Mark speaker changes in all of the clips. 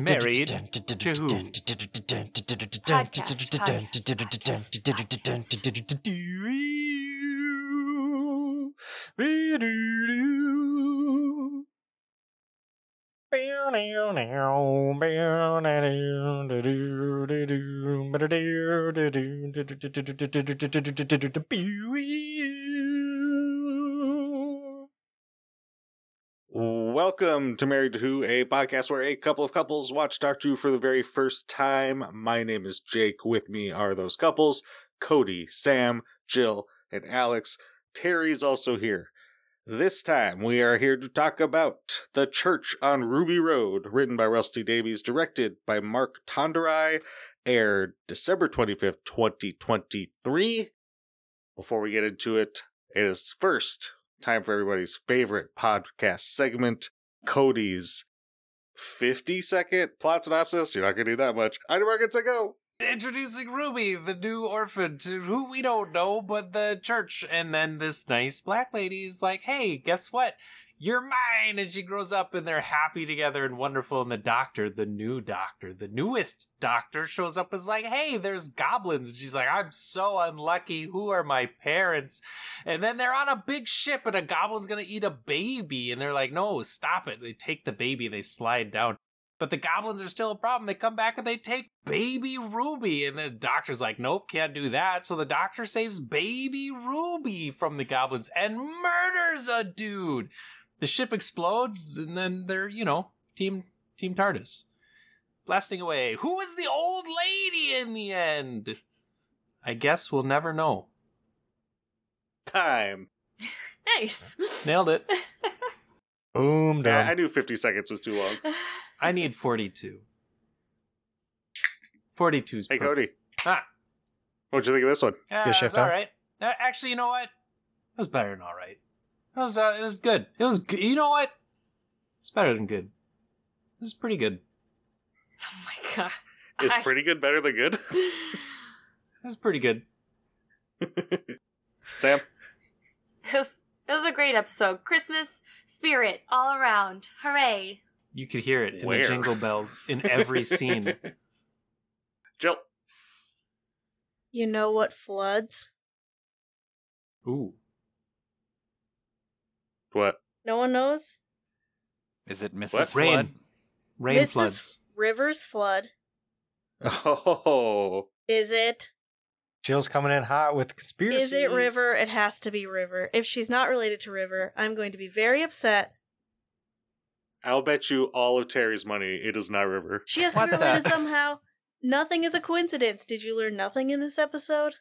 Speaker 1: Married to who?
Speaker 2: Podcast, podcast,
Speaker 3: Welcome to Married to Who, a podcast where a couple of couples watch Doctor Who for the very first time. My name is Jake. With me are those couples Cody, Sam, Jill, and Alex. Terry's also here. This time we are here to talk about The Church on Ruby Road, written by Rusty Davies, directed by Mark Tonderai, aired December 25th, 2023. Before we get into it, it is first time for everybody's favorite podcast segment, Cody's 50 second plot synopsis. You're not going to do that much. Item markets, I go.
Speaker 1: Introducing Ruby, the new orphan, to who we don't know but the church. And then this nice black lady is like, hey, guess what? You're mine. And she grows up and they're happy together and wonderful. And the doctor, the new doctor, the newest doctor shows up is like, hey, there's goblins. And she's like, I'm so unlucky. Who are my parents? And then they're on a big ship and a goblin's going to eat a baby. And they're like, no, stop it. They take the baby, they slide down. But the goblins are still a problem. They come back and they take baby Ruby. And the doctor's like, nope, can't do that. So the doctor saves baby Ruby from the goblins and murders a dude. The ship explodes and then they're, you know, team, team TARDIS blasting away. Who is the old lady in the end? I guess we'll never know.
Speaker 3: Time.
Speaker 2: Nice.
Speaker 1: Nailed it. Boom,
Speaker 3: Yeah, I knew 50 seconds was too long.
Speaker 2: Oh
Speaker 1: I need 42. 42's
Speaker 3: Hey,
Speaker 1: perfect.
Speaker 3: Cody,
Speaker 1: Ah,
Speaker 3: what'd you think of this one?
Speaker 4: Yes,
Speaker 1: yeah, it was
Speaker 4: Chef Al.
Speaker 1: all right. Uh, Actually, you know what? It was better than all right. It was, uh, it was good. It was good. You know what? It's better than good. This is pretty good.
Speaker 2: oh my god.
Speaker 3: Is
Speaker 2: I-
Speaker 3: pretty good better than good?
Speaker 1: This is pretty good.
Speaker 3: Sam?
Speaker 2: It was, it was a great episode. Christmas spirit all around. Hooray.
Speaker 1: You could hear it in
Speaker 3: Where?
Speaker 1: the jingle bells in every scene.
Speaker 3: Jill?
Speaker 5: You know what floods?
Speaker 1: Ooh.
Speaker 3: What?
Speaker 5: No one knows?
Speaker 4: Is it Mrs.
Speaker 3: What?
Speaker 4: Flood?
Speaker 1: Rain. Rain
Speaker 5: Mrs.
Speaker 1: floods.
Speaker 5: Rivers flood.
Speaker 3: Oh,
Speaker 5: Is it?
Speaker 4: Jill's coming in hot with conspiracies.
Speaker 5: Is it River? It has to be River. If she's not related to River, I'm going to be very upset.
Speaker 3: I'll bet you all of Terry's money it is not River.
Speaker 5: She has to
Speaker 4: What
Speaker 5: be
Speaker 4: the-
Speaker 5: related somehow. Nothing is a coincidence. Did you learn nothing in this episode?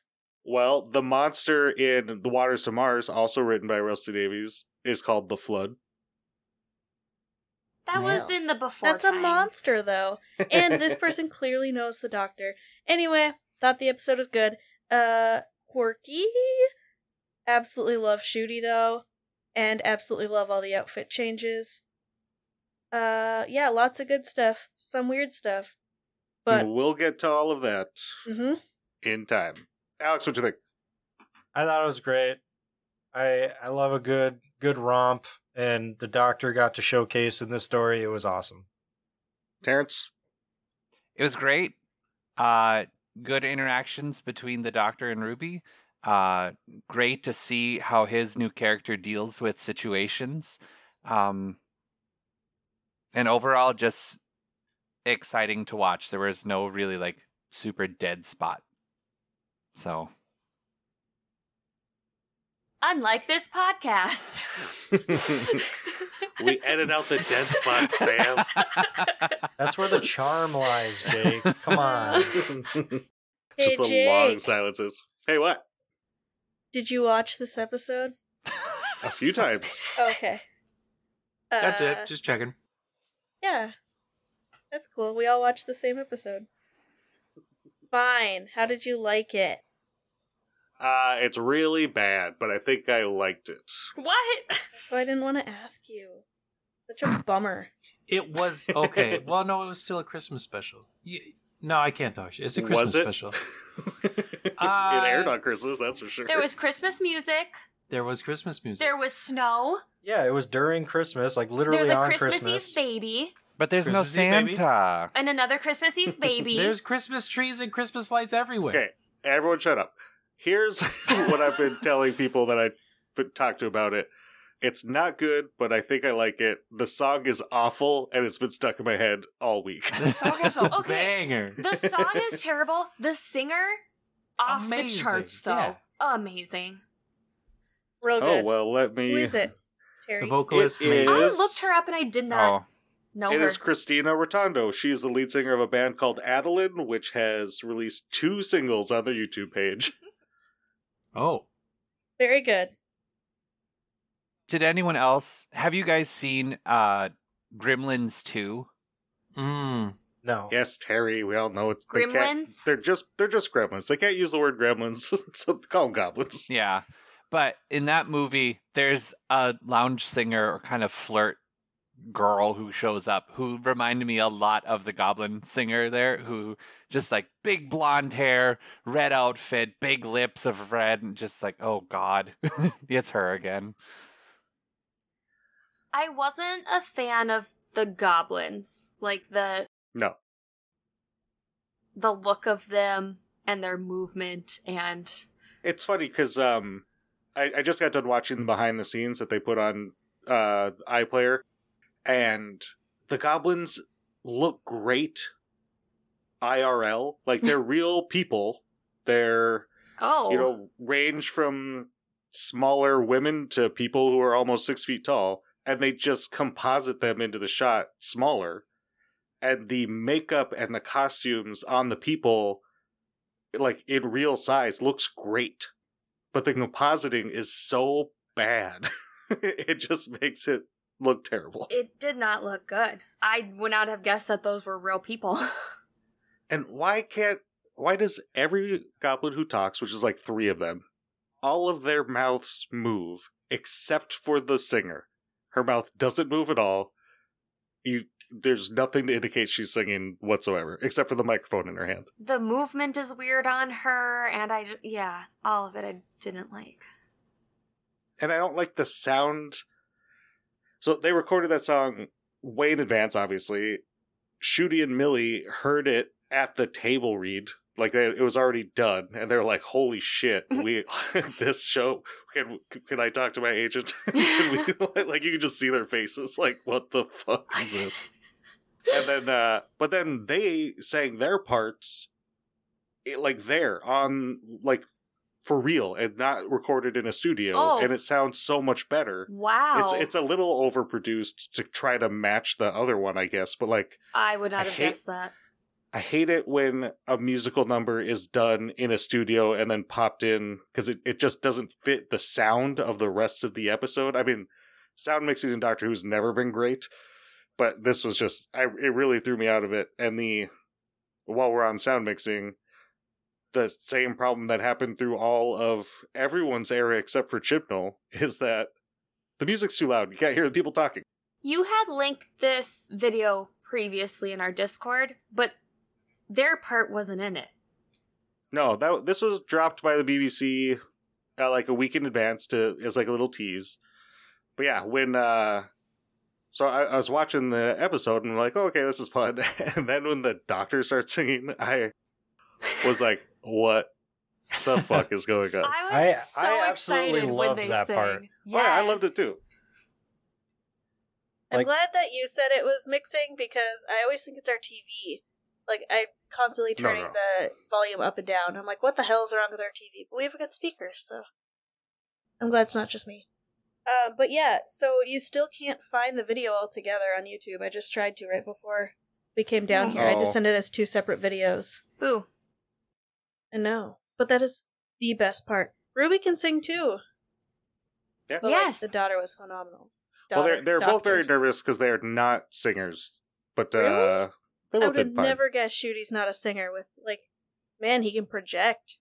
Speaker 3: Well, the monster in The Waters of Mars, also written by Rusty Davies, is called The Flood.
Speaker 2: That was in the before.
Speaker 5: That's a
Speaker 2: times.
Speaker 5: monster, though. And this person clearly knows the doctor. Anyway, thought the episode was good. Uh, quirky. Absolutely love Shooty, though. And absolutely love all the outfit changes. Uh, yeah, lots of good stuff. Some weird stuff. But,
Speaker 3: we'll get to all of that
Speaker 5: hmm
Speaker 3: in time. Alex, what you think?
Speaker 4: I thought it was great. I I love a good good romp, and the Doctor got to showcase in this story. It was awesome.
Speaker 3: Terrence?
Speaker 6: It was great. Uh, good interactions between the Doctor and Ruby. Uh, great to see how his new character deals with situations. Um, and overall, just exciting to watch. There was no really like super dead spot. So
Speaker 2: Unlike this podcast.
Speaker 3: We edit out the dead spots, Sam.
Speaker 4: That's where the charm lies, Jake. Come on.
Speaker 5: Hey,
Speaker 3: Just the
Speaker 5: Jake.
Speaker 3: long silences. Hey, what?
Speaker 5: Did you watch this episode?
Speaker 3: A few times.
Speaker 5: Okay. Uh,
Speaker 1: That's it. Just checking.
Speaker 5: Yeah. That's cool. We all watched the same episode. Fine. How did you like it?
Speaker 3: Uh, it's really bad, but I think I liked it.
Speaker 2: what?
Speaker 5: So I didn't want to ask you. Such a bummer.
Speaker 1: It was okay. well, no, it was still a Christmas special. You, no, I can't talk shit. It's a Christmas
Speaker 3: Was it?
Speaker 1: special.
Speaker 3: it
Speaker 1: Uh,
Speaker 3: aired on Christmas, that's for sure.
Speaker 2: There was Christmas music.
Speaker 1: There was Christmas music.
Speaker 2: There was snow.
Speaker 4: Yeah, it was during Christmas, like
Speaker 2: There
Speaker 4: literally
Speaker 2: was a
Speaker 4: on
Speaker 2: Christmas,
Speaker 4: Christmas.
Speaker 2: Eve baby
Speaker 6: But there's
Speaker 1: Christmas
Speaker 6: no
Speaker 1: Eve, baby.
Speaker 6: Santa.
Speaker 2: and another Christmas Eve baby.
Speaker 1: There's Christmas trees and Christmas lights everywhere.
Speaker 3: Okay, everyone shut up. Here's what I've been telling people that I been- talked to about it. It's not good, but I think I like it. The song is awful, and it's been stuck in my head all week.
Speaker 1: The song is a
Speaker 2: Okay.
Speaker 1: banger.
Speaker 2: the song is terrible. The singer, off
Speaker 1: Amazing,
Speaker 2: the charts though.
Speaker 1: yeah.
Speaker 2: Amazing.
Speaker 5: Real good.
Speaker 3: Oh well, let me.
Speaker 5: Who is it? Terry.
Speaker 1: The vocalist
Speaker 3: It
Speaker 1: made
Speaker 3: is-
Speaker 1: it.
Speaker 2: I looked her up and I did not
Speaker 6: Oh,
Speaker 2: know
Speaker 3: It
Speaker 2: her.
Speaker 3: is Christina Rotondo. She is the lead singer of a band called Adeline, which has released two singles on their YouTube page.
Speaker 1: Oh,
Speaker 5: Very good.
Speaker 6: did anyone else? Have you guys seen uh, Gremlins 2?
Speaker 1: mm.
Speaker 4: No.
Speaker 3: Yes, Terry, we all know it's they can't-
Speaker 2: Gremlins.
Speaker 3: They're just they're just gremlins. They can't use the word gremlins, so call them goblins.
Speaker 6: Yeah. But in that movie, there's a lounge singer or kind of flirt girl who shows up who reminded me a lot of the goblin singer there who just like big blonde hair red outfit big lips of red and just like oh god it's her again
Speaker 2: I wasn't a fan of the goblins, like the
Speaker 3: No.
Speaker 2: the look of them and their movement and
Speaker 3: It's funny because um, I, I just got done watching the behind the scenes that they put on uh, iPlayer, and the goblins look great IRL. Like they're real people. They're
Speaker 2: oh
Speaker 3: you know range from smaller women to people who are almost six feet tall, and they just composite them into the shot smaller. And the makeup and the costumes on the people, like in real size, looks great but the compositing is so bad. it just makes it look terrible.
Speaker 2: it did not look good. I would not have guessed that those were real people.
Speaker 3: And why can't why does every goblin who talks, which is like 3 of them, all of their mouths move except for the singer. Her mouth doesn't move at all. You there's nothing to indicate she's singing whatsoever except for the microphone in her hand.
Speaker 2: the movement is weird on her and I ju- yeah, all of it I didn't like.
Speaker 3: and I don't like the sound. So they recorded that song way in advance, obviously. Shooty and Millie heard it at the table read, like they, it was already done, and they were like, "Holy shit, we this show can can I talk to my agent? can we, like you can just see their faces, like what the fuck is this?" and then uh but then they sang their parts it, like there on like for real and not recorded in a studio
Speaker 2: Oh.
Speaker 3: and it sounds so much better
Speaker 2: Wow.
Speaker 3: it's it's a little overproduced to try to match the other one i guess but like
Speaker 2: I would not
Speaker 3: I
Speaker 2: have
Speaker 3: hate-
Speaker 2: guessed that.
Speaker 3: i hate it when a musical number is done in a studio and then popped in because it, it just doesn't fit the sound of the rest of the episode i mean sound mixing in doctor who's never been great but this was just I it really threw me out of it. And the while we're on sound mixing, the same problem that happened through all of everyone's era except for Chibnall is that the music's too loud. You can't hear the people talking.
Speaker 2: You had linked this video previously in our Discord, but their part wasn't in it.
Speaker 3: No, that this was dropped by the BBC uh, like a week in advance to as like a little tease. But yeah, when uh so I, I was watching the episode and I'm like, oh, okay, this is fun. And then when the doctor starts singing, I was like, what the fuck is going on?
Speaker 2: I was
Speaker 4: I-
Speaker 2: so
Speaker 4: I absolutely
Speaker 2: excited when
Speaker 4: loved
Speaker 2: they
Speaker 4: that
Speaker 2: sang.
Speaker 4: part.
Speaker 3: Oh, yeah, I loved it
Speaker 2: Yes.
Speaker 3: too.
Speaker 5: I'm
Speaker 4: Like-
Speaker 5: glad that you said it was mixing because I always think it's our TV. Like I'm constantly
Speaker 3: No,
Speaker 5: turning
Speaker 3: no.
Speaker 5: the volume up and down. I'm like, what the hell is wrong with our TV? But we have a good speaker, so I'm glad it's not just me. Uh, but yeah, so you still can't find the video altogether on YouTube. I just tried to right before we came down here. I just
Speaker 3: Oh.
Speaker 5: sent it as two separate videos.
Speaker 2: Ooh.
Speaker 5: I know, but that is the best part. Ruby can sing too.
Speaker 3: Yeah.
Speaker 5: But, like,
Speaker 2: Yes.
Speaker 5: the daughter was phenomenal.
Speaker 3: well, they're
Speaker 5: Daughter-
Speaker 3: they're both
Speaker 5: doctor.
Speaker 3: very nervous because they're not singers, but uh, they
Speaker 5: Really? I
Speaker 3: both
Speaker 5: would have
Speaker 3: did fine.
Speaker 5: never guessed Shooty's not a singer with like man, he can project.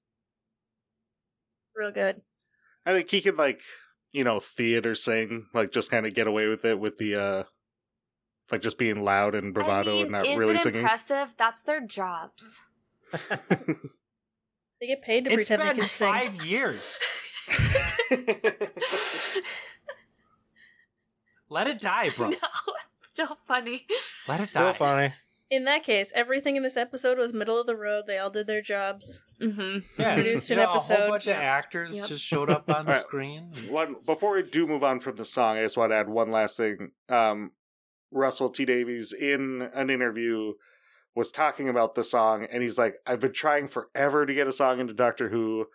Speaker 5: Real good.
Speaker 3: I think he can like you know theater sing, like just kind of get away with it with the uh, like just being loud and bravado
Speaker 2: I mean,
Speaker 3: and not
Speaker 2: is
Speaker 3: really
Speaker 2: it
Speaker 3: singing.
Speaker 2: impressive? That's their jobs.
Speaker 5: They get paid to
Speaker 1: it's
Speaker 5: pretend they
Speaker 1: been
Speaker 5: can sing.
Speaker 1: five years. Let it die,
Speaker 2: no,
Speaker 1: bro.
Speaker 2: it's still funny.
Speaker 1: Let it
Speaker 4: Still
Speaker 1: die.
Speaker 4: funny.
Speaker 5: In that case, everything in this episode was middle of the road. They all did their jobs.
Speaker 2: hmm
Speaker 1: Yeah.
Speaker 5: Produced an
Speaker 1: You know, A
Speaker 5: episode.
Speaker 1: whole bunch
Speaker 5: Yep.
Speaker 1: of actors
Speaker 2: Yep.
Speaker 1: just showed up on
Speaker 3: All right.
Speaker 1: screen.
Speaker 3: one before we do move on from the song, I just want to add one last thing. Um, Russell T Davies in an interview was talking about the song, and he's like, "I've been trying forever to get a song into Doctor Who."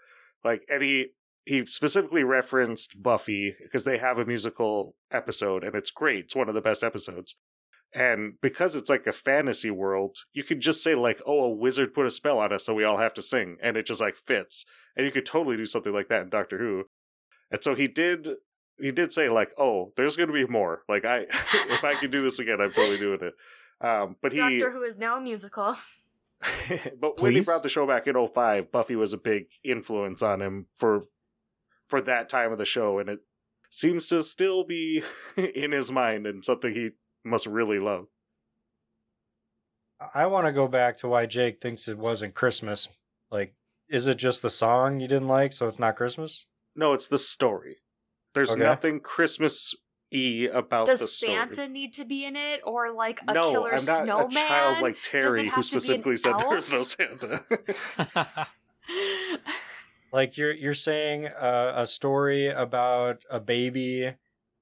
Speaker 3: Like, and he he specifically referenced Buffy because they have a musical episode, and it's great. It's one of the best episodes. And because it's like a fantasy world, you can just say like, "Oh, a wizard put a spell on us, so we all have to sing," and it just like fits. And you could totally do something like that in Doctor Who. And so he did he did say like, "Oh, there's going to be more. Like I if I could do this again, I'm totally doing it." Um but he
Speaker 2: Doctor Who is now a musical.
Speaker 3: but when he
Speaker 1: Please?
Speaker 3: brought the show back in 05, Buffy was a big influence on him for for that time of the show and it seems to still be in his mind and something he must really love.
Speaker 4: I want to go back to why Jake thinks it wasn't Christmas. Like, is it just the song you didn't like, so it's not Christmas?
Speaker 3: No, it's the story. There's
Speaker 4: Okay.
Speaker 3: nothing Christmas y about Oh, the
Speaker 2: Does
Speaker 3: story.
Speaker 2: Santa need to be in it, or like a
Speaker 3: no,
Speaker 2: killer
Speaker 3: I'm not
Speaker 2: snowman?
Speaker 3: a child like Terry
Speaker 2: it
Speaker 3: who
Speaker 2: have to be an
Speaker 3: specifically said there's no
Speaker 2: elf?
Speaker 3: Santa.
Speaker 4: Like you're you're saying uh, a story about a baby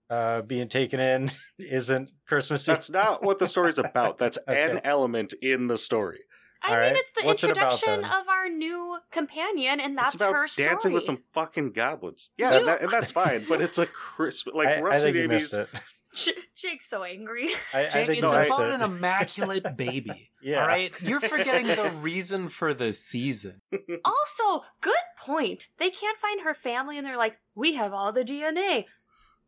Speaker 4: uh, being taken in isn't Christmas.
Speaker 3: That's not what the story's about. That's an
Speaker 4: Okay.
Speaker 3: element in the story.
Speaker 2: I
Speaker 4: All
Speaker 2: mean,
Speaker 4: right.
Speaker 2: it's the
Speaker 4: What's it about,
Speaker 2: introduction
Speaker 4: then?
Speaker 2: of our new companion, and that's
Speaker 3: it's about
Speaker 2: her story.
Speaker 3: dancing with some fucking goblins. Yeah,
Speaker 2: You-
Speaker 3: and that- and that's fine. But it's a crisp, like
Speaker 4: I, I
Speaker 3: Rusty
Speaker 4: think you missed
Speaker 3: Davies.
Speaker 4: it.
Speaker 2: J- Jake's so angry.
Speaker 4: I, I
Speaker 1: Jake,
Speaker 4: think
Speaker 1: it's
Speaker 4: you
Speaker 3: no, I-
Speaker 4: missed
Speaker 1: about
Speaker 4: it.
Speaker 1: an immaculate baby.
Speaker 4: Yeah.
Speaker 1: All right? You're forgetting the reason for the season.
Speaker 2: also, good point. They can't find her family, and they're like, "We have all the DNA.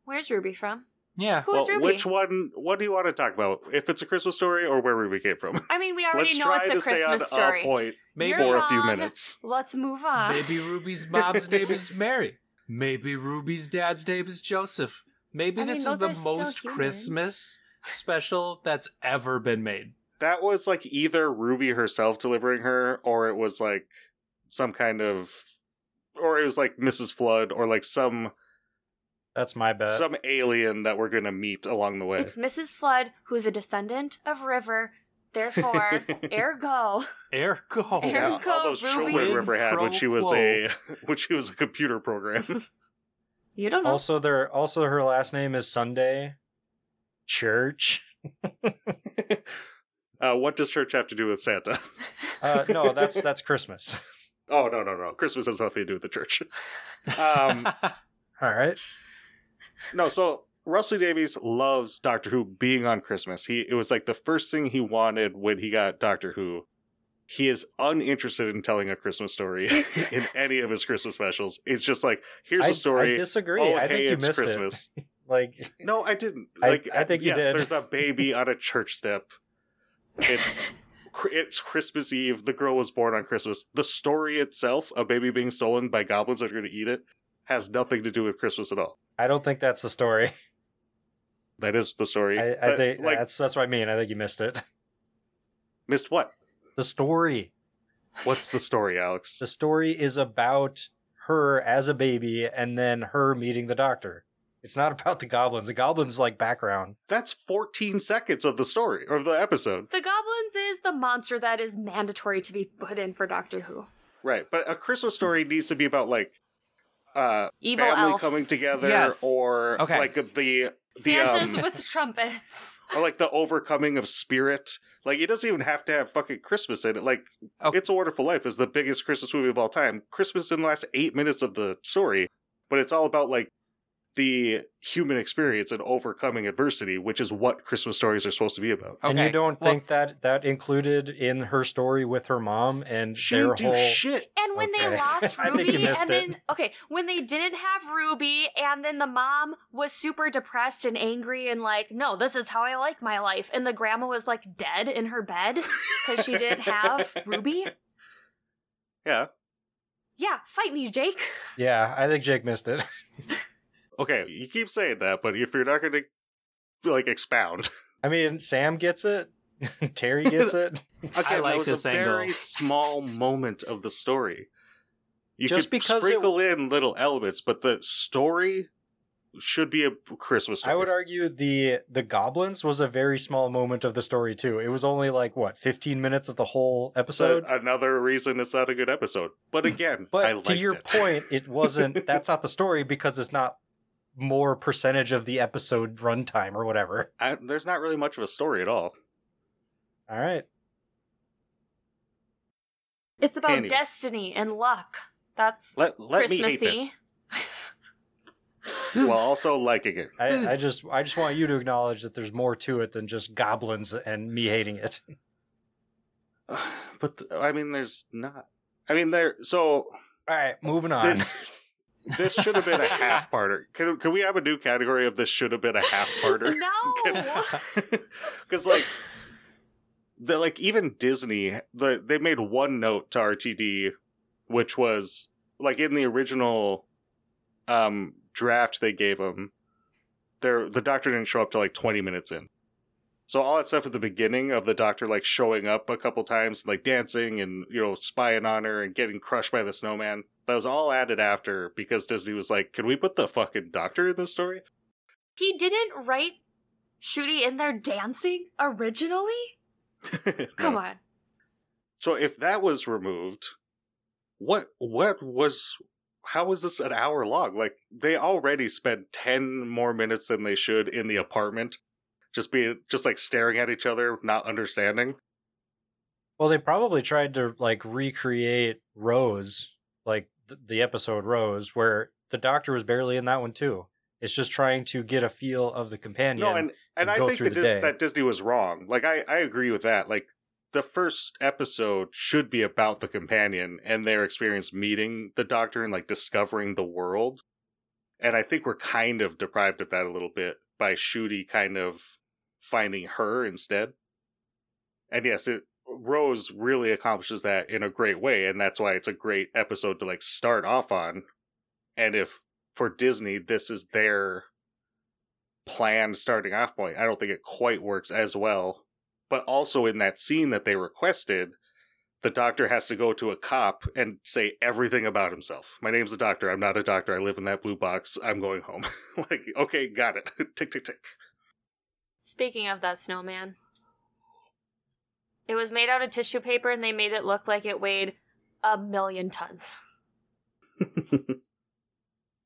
Speaker 2: Where's Ruby from?
Speaker 1: Yeah.
Speaker 2: Who's
Speaker 3: Well,
Speaker 2: Ruby?"
Speaker 3: which one? What do you want to talk about? If it's a Christmas story or where we came from?
Speaker 2: I mean, we already
Speaker 3: Let's
Speaker 2: know
Speaker 3: try
Speaker 2: it's
Speaker 3: to
Speaker 2: a Christmas
Speaker 3: stay uh, on a
Speaker 2: story.
Speaker 3: point
Speaker 1: Maybe,
Speaker 2: You're
Speaker 3: for a few
Speaker 2: wrong.
Speaker 3: minutes.
Speaker 2: Let's move on.
Speaker 1: maybe Ruby's mom's name is Mary. Maybe Ruby's dad's name is Joseph. Maybe
Speaker 2: I mean,
Speaker 1: this
Speaker 2: those
Speaker 1: is the
Speaker 2: are still
Speaker 1: most
Speaker 2: humans.
Speaker 1: Christmas special that's ever been made.
Speaker 3: That was like either Ruby herself delivering her, or it was like some kind of, or it was like Mrs. Flood, or like some
Speaker 4: That's my bet.
Speaker 3: some alien that we're gonna meet along the way.
Speaker 2: It's Mrs. Flood, who's a descendant of River. Therefore, ergo,
Speaker 1: Ergo.
Speaker 2: Ergo.
Speaker 3: Yeah, all those
Speaker 2: Ruby.
Speaker 3: children River had when
Speaker 1: Quid
Speaker 3: she was
Speaker 1: pro
Speaker 3: a when she was a computer program.
Speaker 2: you don't know.
Speaker 4: also, their also her last name is Sunday Church.
Speaker 3: uh, what does church have to do with Santa?
Speaker 4: Uh, no, that's that's Christmas.
Speaker 3: Oh no no no! Christmas has nothing to do with the church. Um,
Speaker 4: All right.
Speaker 3: no, so Russell Davies loves Doctor Who being on Christmas. He it was like the first thing he wanted when he got Doctor Who. He is uninterested in telling a Christmas story in any of his Christmas specials. It's just like here's
Speaker 4: I,
Speaker 3: a story.
Speaker 4: I disagree.
Speaker 3: Oh,
Speaker 4: I
Speaker 3: hey,
Speaker 4: think you
Speaker 3: it's
Speaker 4: missed
Speaker 3: Christmas.
Speaker 4: it. Like
Speaker 3: No, I didn't.
Speaker 4: I-
Speaker 3: Like
Speaker 4: I think you
Speaker 3: yes,
Speaker 4: did.
Speaker 3: There's a baby on a church step. It's cr- it's Christmas Eve. The girl was born on Christmas. The story itself, a baby being stolen by goblins that are going to eat it, has nothing to do with Christmas at all.
Speaker 4: I don't think that's the story.
Speaker 3: That is the story.
Speaker 4: I, I
Speaker 3: But,
Speaker 4: think
Speaker 3: like
Speaker 4: that's that's what I mean. I think you missed it.
Speaker 3: missed what?
Speaker 4: The story.
Speaker 3: What's the story, Alex?
Speaker 4: The story is about her as a baby and then her meeting the doctor. It's not about the goblins. The goblins like background.
Speaker 3: That's 14 seconds of the story or of the episode,
Speaker 2: The goblins is the monster that is mandatory to be put in for Doctor Who.
Speaker 3: right? But a Christmas story needs to be about like uh
Speaker 2: Evil
Speaker 3: family
Speaker 2: elves.
Speaker 3: coming together
Speaker 6: Yes.
Speaker 3: or
Speaker 6: Okay.
Speaker 3: like the the um,
Speaker 2: Santas with trumpets.
Speaker 3: or like the overcoming of spirit. Like it doesn't even have to have fucking Christmas in it. Like
Speaker 6: Oh.
Speaker 3: It's a Wonderful Life is the biggest Christmas movie of all time. Christmas in the last eight minutes of the story, but it's all about like the human experience and overcoming adversity, which is what Christmas stories are supposed to be about.
Speaker 6: Okay.
Speaker 4: And you don't
Speaker 6: well,
Speaker 4: think that that included in her story with her mom and
Speaker 3: She
Speaker 4: their
Speaker 3: didn't do
Speaker 4: whole
Speaker 3: shit.
Speaker 2: And when they
Speaker 4: Okay.
Speaker 2: lost
Speaker 4: I think you
Speaker 2: Ruby,
Speaker 4: missed
Speaker 2: and
Speaker 4: it.
Speaker 2: then okay, when they didn't have Ruby, and then the mom was super depressed and angry and like, no, this is how I like my life. And the grandma was like dead in her bed because she didn't have Ruby.
Speaker 3: Yeah.
Speaker 2: Yeah, fight me, Jake.
Speaker 4: Yeah, I think Jake missed it.
Speaker 3: Okay. You keep saying that, but if you're not going to like expound,
Speaker 4: I mean, Sam gets it. Terry gets it.
Speaker 3: again,
Speaker 1: like
Speaker 3: that was
Speaker 1: this
Speaker 3: a
Speaker 1: angle.
Speaker 3: very small moment of the story. You
Speaker 4: Just
Speaker 3: could
Speaker 4: because it-
Speaker 3: sprinkle in little elements, but the story should be a Christmas story.
Speaker 4: I would argue the the goblins was a very small moment of the story too. It was only like what fifteen minutes of the whole
Speaker 3: So
Speaker 4: episode.
Speaker 3: another reason it's not a good episode. But again,
Speaker 4: But
Speaker 3: I liked
Speaker 4: to your
Speaker 3: it.
Speaker 4: point, it wasn't. That's not the story because it's not more percentage of the episode runtime or whatever.
Speaker 3: I, there's not really much of a story at all.
Speaker 4: All right.
Speaker 2: It's about
Speaker 3: Anyway.
Speaker 2: destiny and luck. That's
Speaker 3: Let let me hate
Speaker 2: Christmassy.
Speaker 3: this while also liking it.
Speaker 4: I, I just I just want you to acknowledge that there's more to it than just goblins and me hating it.
Speaker 3: But th- I mean, there's not. I mean, there. So
Speaker 4: All right, moving on.
Speaker 3: this this should have been a half parter. Can can we have a new category of this should have been a half parter?
Speaker 2: no.
Speaker 3: because like the like even disney the, they made one note to rtd which was like in the original um draft they gave him there the doctor didn't show up till like 20 minutes in so all that stuff at the beginning of the doctor like showing up a couple times like dancing and you know spying on her and getting crushed by the snowman that was all added after because disney was like can we put the fucking doctor in this story
Speaker 2: he didn't write Shooty in there dancing originally? Come
Speaker 3: No.
Speaker 2: on.
Speaker 3: So if that was removed, what what was how was this an hour long? Like they already spent ten more minutes than they should in the apartment, just be just like staring at each other, not understanding.
Speaker 4: Well, they probably tried to like recreate Rose, like th- the episode Rose, where the Doctor was barely in that one too. It's just trying to get a feel of the companion.
Speaker 3: No, and and
Speaker 4: and
Speaker 3: I
Speaker 4: go
Speaker 3: think
Speaker 4: through
Speaker 3: that,
Speaker 4: the
Speaker 3: Dis-
Speaker 4: day.
Speaker 3: that Disney was wrong. Like I I agree with that. Like the first episode should be about the companion and their experience meeting the Doctor and like discovering the world. And I think we're kind of deprived of that a little bit by Shooty kind of finding her instead. And yes, it, Rose really accomplishes that in a great way, and that's why it's a great episode to like start off on. And if for Disney, this is their planned starting off point, I don't think it quite works as well. But also in that scene that they requested, the doctor has to go to a cop and say everything about himself. My name's the doctor. I'm not a doctor. I live in that blue box. I'm going home. like, okay, got it. tick, tick, tick.
Speaker 2: Speaking of that snowman, it was made out of tissue paper and they made it look like it weighed a million tons.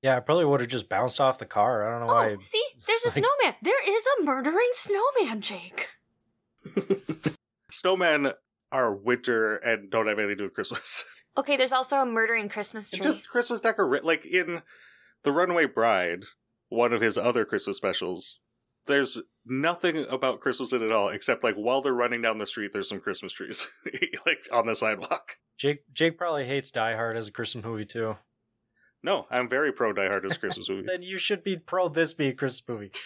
Speaker 4: yeah, I probably would have just bounced off the car. I don't know why.
Speaker 2: Oh, see, there's a
Speaker 4: like-
Speaker 2: snowman. There is a murdering snowman, Jake.
Speaker 3: Snowmen are winter and don't have anything to do with Christmas.
Speaker 2: Okay, there's also a murdering Christmas tree.
Speaker 3: Just Christmas decor, like in the Runaway Bride, one of his other Christmas specials. There's nothing about Christmas in it at all, except like while they're running down the street, there's some Christmas trees, like on the sidewalk.
Speaker 4: Jake Jake probably hates Die Hard as a Christmas movie too.
Speaker 3: No, I'm very pro Die Hard as a Christmas movie.
Speaker 4: Then you should be pro this being a Christmas movie.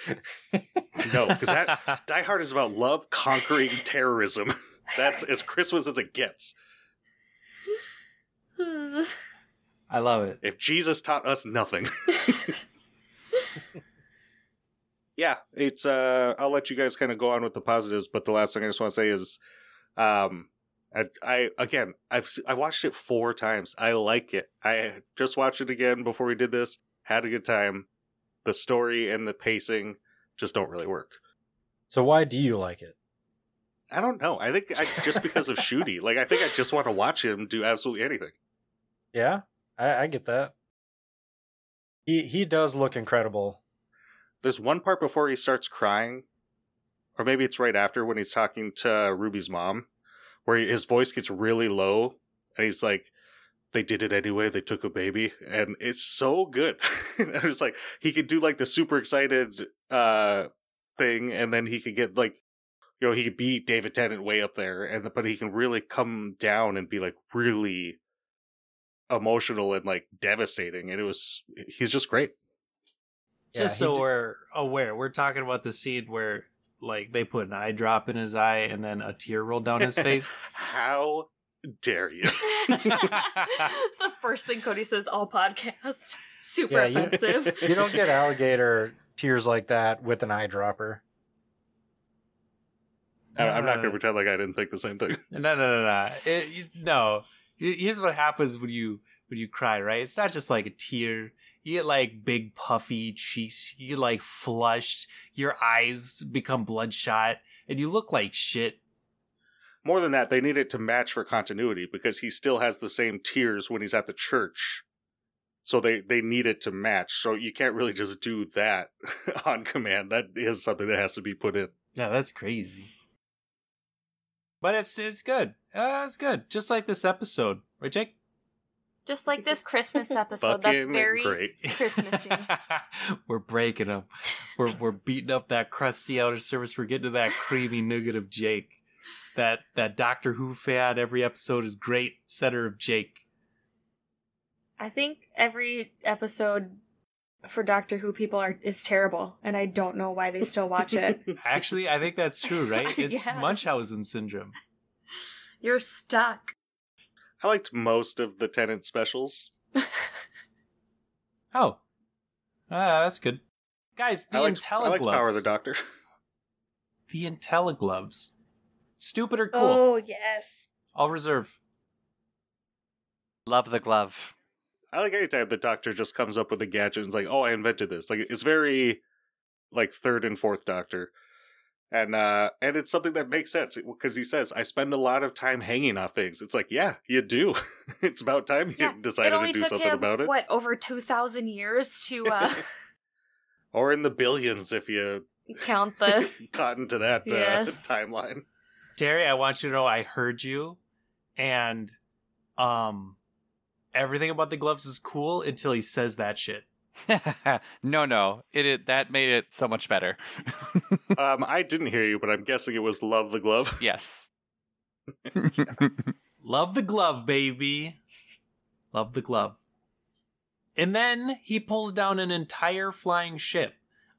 Speaker 3: No, because that Die Hard is about love conquering terrorism. That's as Christmas as it gets.
Speaker 1: I love it.
Speaker 3: If Jesus taught us nothing. yeah, it's uh I'll let you guys kind of go on with the positives, but the last thing I just want to say is um I, I again, I've s- I watched it four times. I like it. I just watched it again before we did this. Had a good time. The story and the pacing just don't really work.
Speaker 4: so why do you like it?
Speaker 3: I don't know. I think I, just because of Shooty, like I think I just want to watch him do absolutely anything.
Speaker 4: Yeah, I, I get that. He he does look incredible.
Speaker 3: There's one part before he starts crying, or maybe it's right after when he's talking to Ruby's mom, where his voice gets really low, and he's like, "They did it anyway. They took a baby," and it's so good. and it's like he could do like the super excited uh thing, and then he could get like, you know, he could beat David Tennant way up there, and but he can really come down and be like really emotional and like devastating, and it was he's just great.
Speaker 4: Yeah,
Speaker 1: Just
Speaker 4: he
Speaker 1: so
Speaker 4: d-
Speaker 1: we're aware, we're talking about the scene where like they put an eye drop in his eye and then a tear rolled down his face.
Speaker 3: How dare you?
Speaker 2: the first thing Cody says all podcast. Super
Speaker 4: Yeah, you-
Speaker 2: offensive.
Speaker 4: You don't get alligator tears like that with an eyedropper.
Speaker 3: I, I'm not going
Speaker 1: Uh,
Speaker 3: to pretend like I didn't think the same thing.
Speaker 1: No, no, no, no. It, you, no. Here's what happens when you when when you cry, right? It's not just like a tear. You get like big puffy cheeks. You get like flushed. Your eyes become bloodshot, and you look like shit.
Speaker 3: More than that, they need it to match for continuity because he still has the same tears when he's at the church. So they, they need it to match. So you can't really just do that on command. That is something that has to be put in.
Speaker 1: Yeah, that's crazy. But it's it's good. Uh, it's good. Just like this episode, right, Jake?
Speaker 2: Just like this Christmas episode, that's
Speaker 3: Fucking
Speaker 2: very
Speaker 3: great.
Speaker 2: Christmassy.
Speaker 1: we're breaking them. We're we're beating up that crusty outer service. We're getting to that creamy nougat of Jake. That that Doctor Who fan. Every episode is great. Center of Jake.
Speaker 2: I think every episode for Doctor Who people are is terrible, and I don't know why they still watch it.
Speaker 1: Actually, I think that's true, right? It's
Speaker 2: Yes.
Speaker 1: Munchausen syndrome.
Speaker 2: You're stuck.
Speaker 3: I liked most of the tenant specials.
Speaker 1: Oh, ah, that's good, guys. The
Speaker 3: I liked, I liked
Speaker 1: Intelligloves.
Speaker 3: Power of the Doctor.
Speaker 1: the Intelligloves. Stupid or cool?
Speaker 5: Oh yes.
Speaker 1: I'll reserve.
Speaker 6: Love the glove.
Speaker 3: I like anytime the Doctor just comes up with a gadget and is like, oh, I invented this. Like, it's very, like, third and fourth Doctor. And uh and it's something that makes sense because he says I spend a lot of time hanging on things. It's like, yeah, you do. it's about time you
Speaker 2: Yeah,
Speaker 3: decided to do something
Speaker 2: him
Speaker 3: about it.
Speaker 2: what over two thousand years to uh,
Speaker 3: or in the billions if you
Speaker 2: count the.
Speaker 3: caught into that
Speaker 2: Yes.
Speaker 3: uh, timeline.
Speaker 1: Derry, I want you to know I heard you, and um, everything about the gloves is cool until he says that shit.
Speaker 6: no, no, it, it that made it so much better.
Speaker 3: um, I didn't hear you, but I'm guessing it was Love the Glove.
Speaker 6: yes.
Speaker 1: Love the glove, baby. Love the glove. And then he pulls down an entire flying ship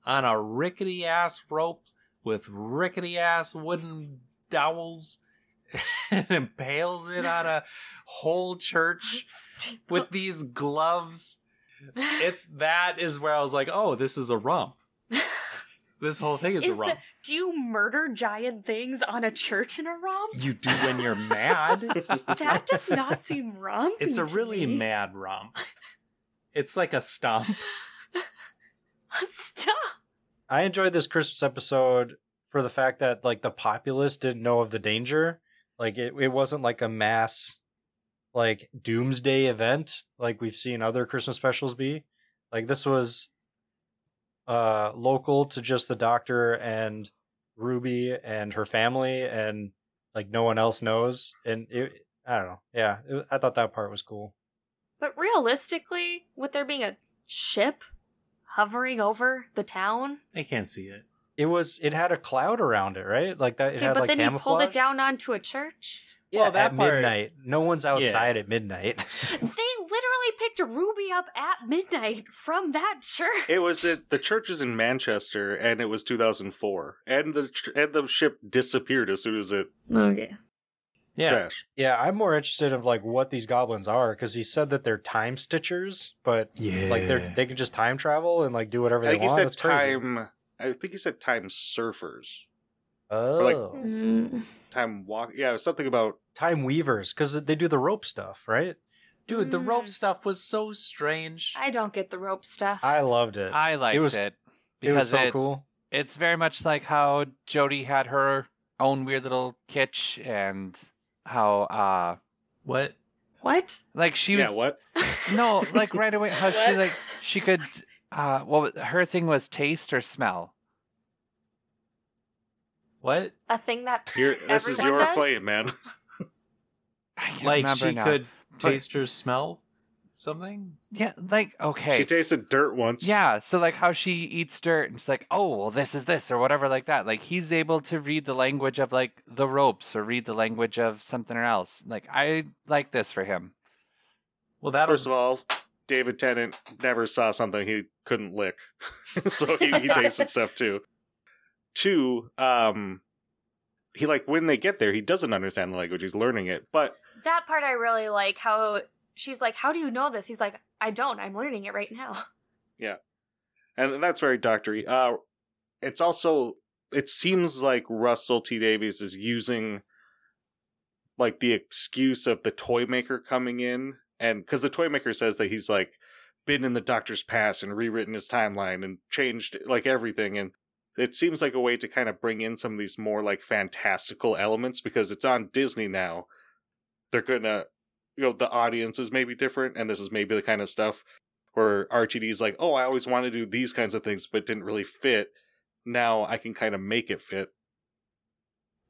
Speaker 1: on a rickety ass rope with rickety ass wooden dowels and impales it on a whole church with these gloves. It's that is where I was like, oh, this is a romp. This whole thing is,
Speaker 2: Is
Speaker 1: a
Speaker 2: the-
Speaker 1: romp.
Speaker 2: do you murder giant things on a church in a romp?
Speaker 1: You do when you're mad.
Speaker 2: That does not seem romp.
Speaker 1: It's a really mad romp. It's like a stomp.
Speaker 2: Stop.
Speaker 4: I enjoyed this Christmas episode for the fact that like the populace didn't know of the danger. Like it, it wasn't like a mass like doomsday event like we've seen other Christmas specials be. Like this was uh local to just the doctor and Ruby and her family and like no one else knows and it I don't know. Yeah, it, I thought that part was cool.
Speaker 2: But realistically, with there being a ship hovering over the town,
Speaker 1: They can't see it.
Speaker 4: It was it had a cloud around it, right? Like that it
Speaker 2: okay,
Speaker 4: had
Speaker 2: but
Speaker 4: like
Speaker 2: then he pulled it
Speaker 4: camouflage.
Speaker 2: down onto a church.
Speaker 4: Yeah,
Speaker 1: Well, that
Speaker 4: at
Speaker 1: part-
Speaker 4: midnight. No one's outside at midnight.
Speaker 2: they literally picked Ruby up at midnight from that church.
Speaker 3: It was at the church is in Manchester, and it was 2004, and the ch- and the ship disappeared as soon as it
Speaker 2: Okay.
Speaker 1: Yeah.
Speaker 3: crashed.
Speaker 4: yeah, I'm more interested of like what these goblins are because he said that they're time stitchers, but
Speaker 1: Yeah.
Speaker 4: like they're they can just time travel and like do whatever
Speaker 3: I
Speaker 4: they
Speaker 3: think he
Speaker 4: want.
Speaker 3: said
Speaker 4: That's crazy.
Speaker 3: time. I think he said time surfers,
Speaker 4: Oh,
Speaker 3: like-
Speaker 2: Mm.
Speaker 3: time walk. Yeah, it was something about
Speaker 4: time weavers because they do the rope stuff, right?
Speaker 1: Dude, the rope
Speaker 2: Mm.
Speaker 1: stuff was so strange.
Speaker 2: I don't get the rope stuff.
Speaker 4: I loved it.
Speaker 6: I liked
Speaker 4: it
Speaker 6: it,
Speaker 4: was it
Speaker 6: because
Speaker 4: was so
Speaker 6: it-
Speaker 4: cool.
Speaker 6: it's very much like how Jody had her own weird little kitsch and how uh
Speaker 1: What?
Speaker 2: what?
Speaker 6: like she
Speaker 3: yeah.
Speaker 6: was
Speaker 3: What?
Speaker 6: no like right away how she
Speaker 5: What?
Speaker 6: like she could uh what well, her thing was taste or smell
Speaker 1: What?
Speaker 2: A thing that
Speaker 3: Your- this is
Speaker 2: Everyone
Speaker 3: your
Speaker 2: does?
Speaker 3: claim, man.
Speaker 6: I can't
Speaker 1: Like
Speaker 6: remember
Speaker 1: she
Speaker 6: now.
Speaker 1: could
Speaker 6: but-
Speaker 1: taste or smell something?
Speaker 6: yeah like okay
Speaker 3: She tasted dirt once.
Speaker 6: Yeah, so like how she eats dirt and she's like, oh, well, this is this or whatever, like that. Like he's able to read the language of like the ropes or read the language of something or else. Like I like this for him.
Speaker 1: Well, that'll.
Speaker 3: First of all, David Tennant never saw something he couldn't lick, so he, he tasted stuff too. Two, um, he like when they get there, he doesn't understand the language; he's learning it. But
Speaker 2: that part I really like. How she's like, "How do you know this?" He's like, "I don't. I'm learning it right now."
Speaker 3: and that's very doctory. Uh, it's also it seems like Russell T Davies is using like the excuse of the toy maker coming in and because the toy maker says that he's like been in the doctor's past and rewritten his timeline and changed like everything and it seems like a way to kind of bring in some of these more like fantastical elements because it's on disney now they're gonna you know the audience is maybe different and this is maybe the kind of stuff where rtd's like oh i always wanted to do these kinds of things but didn't really fit now i can kind of make it fit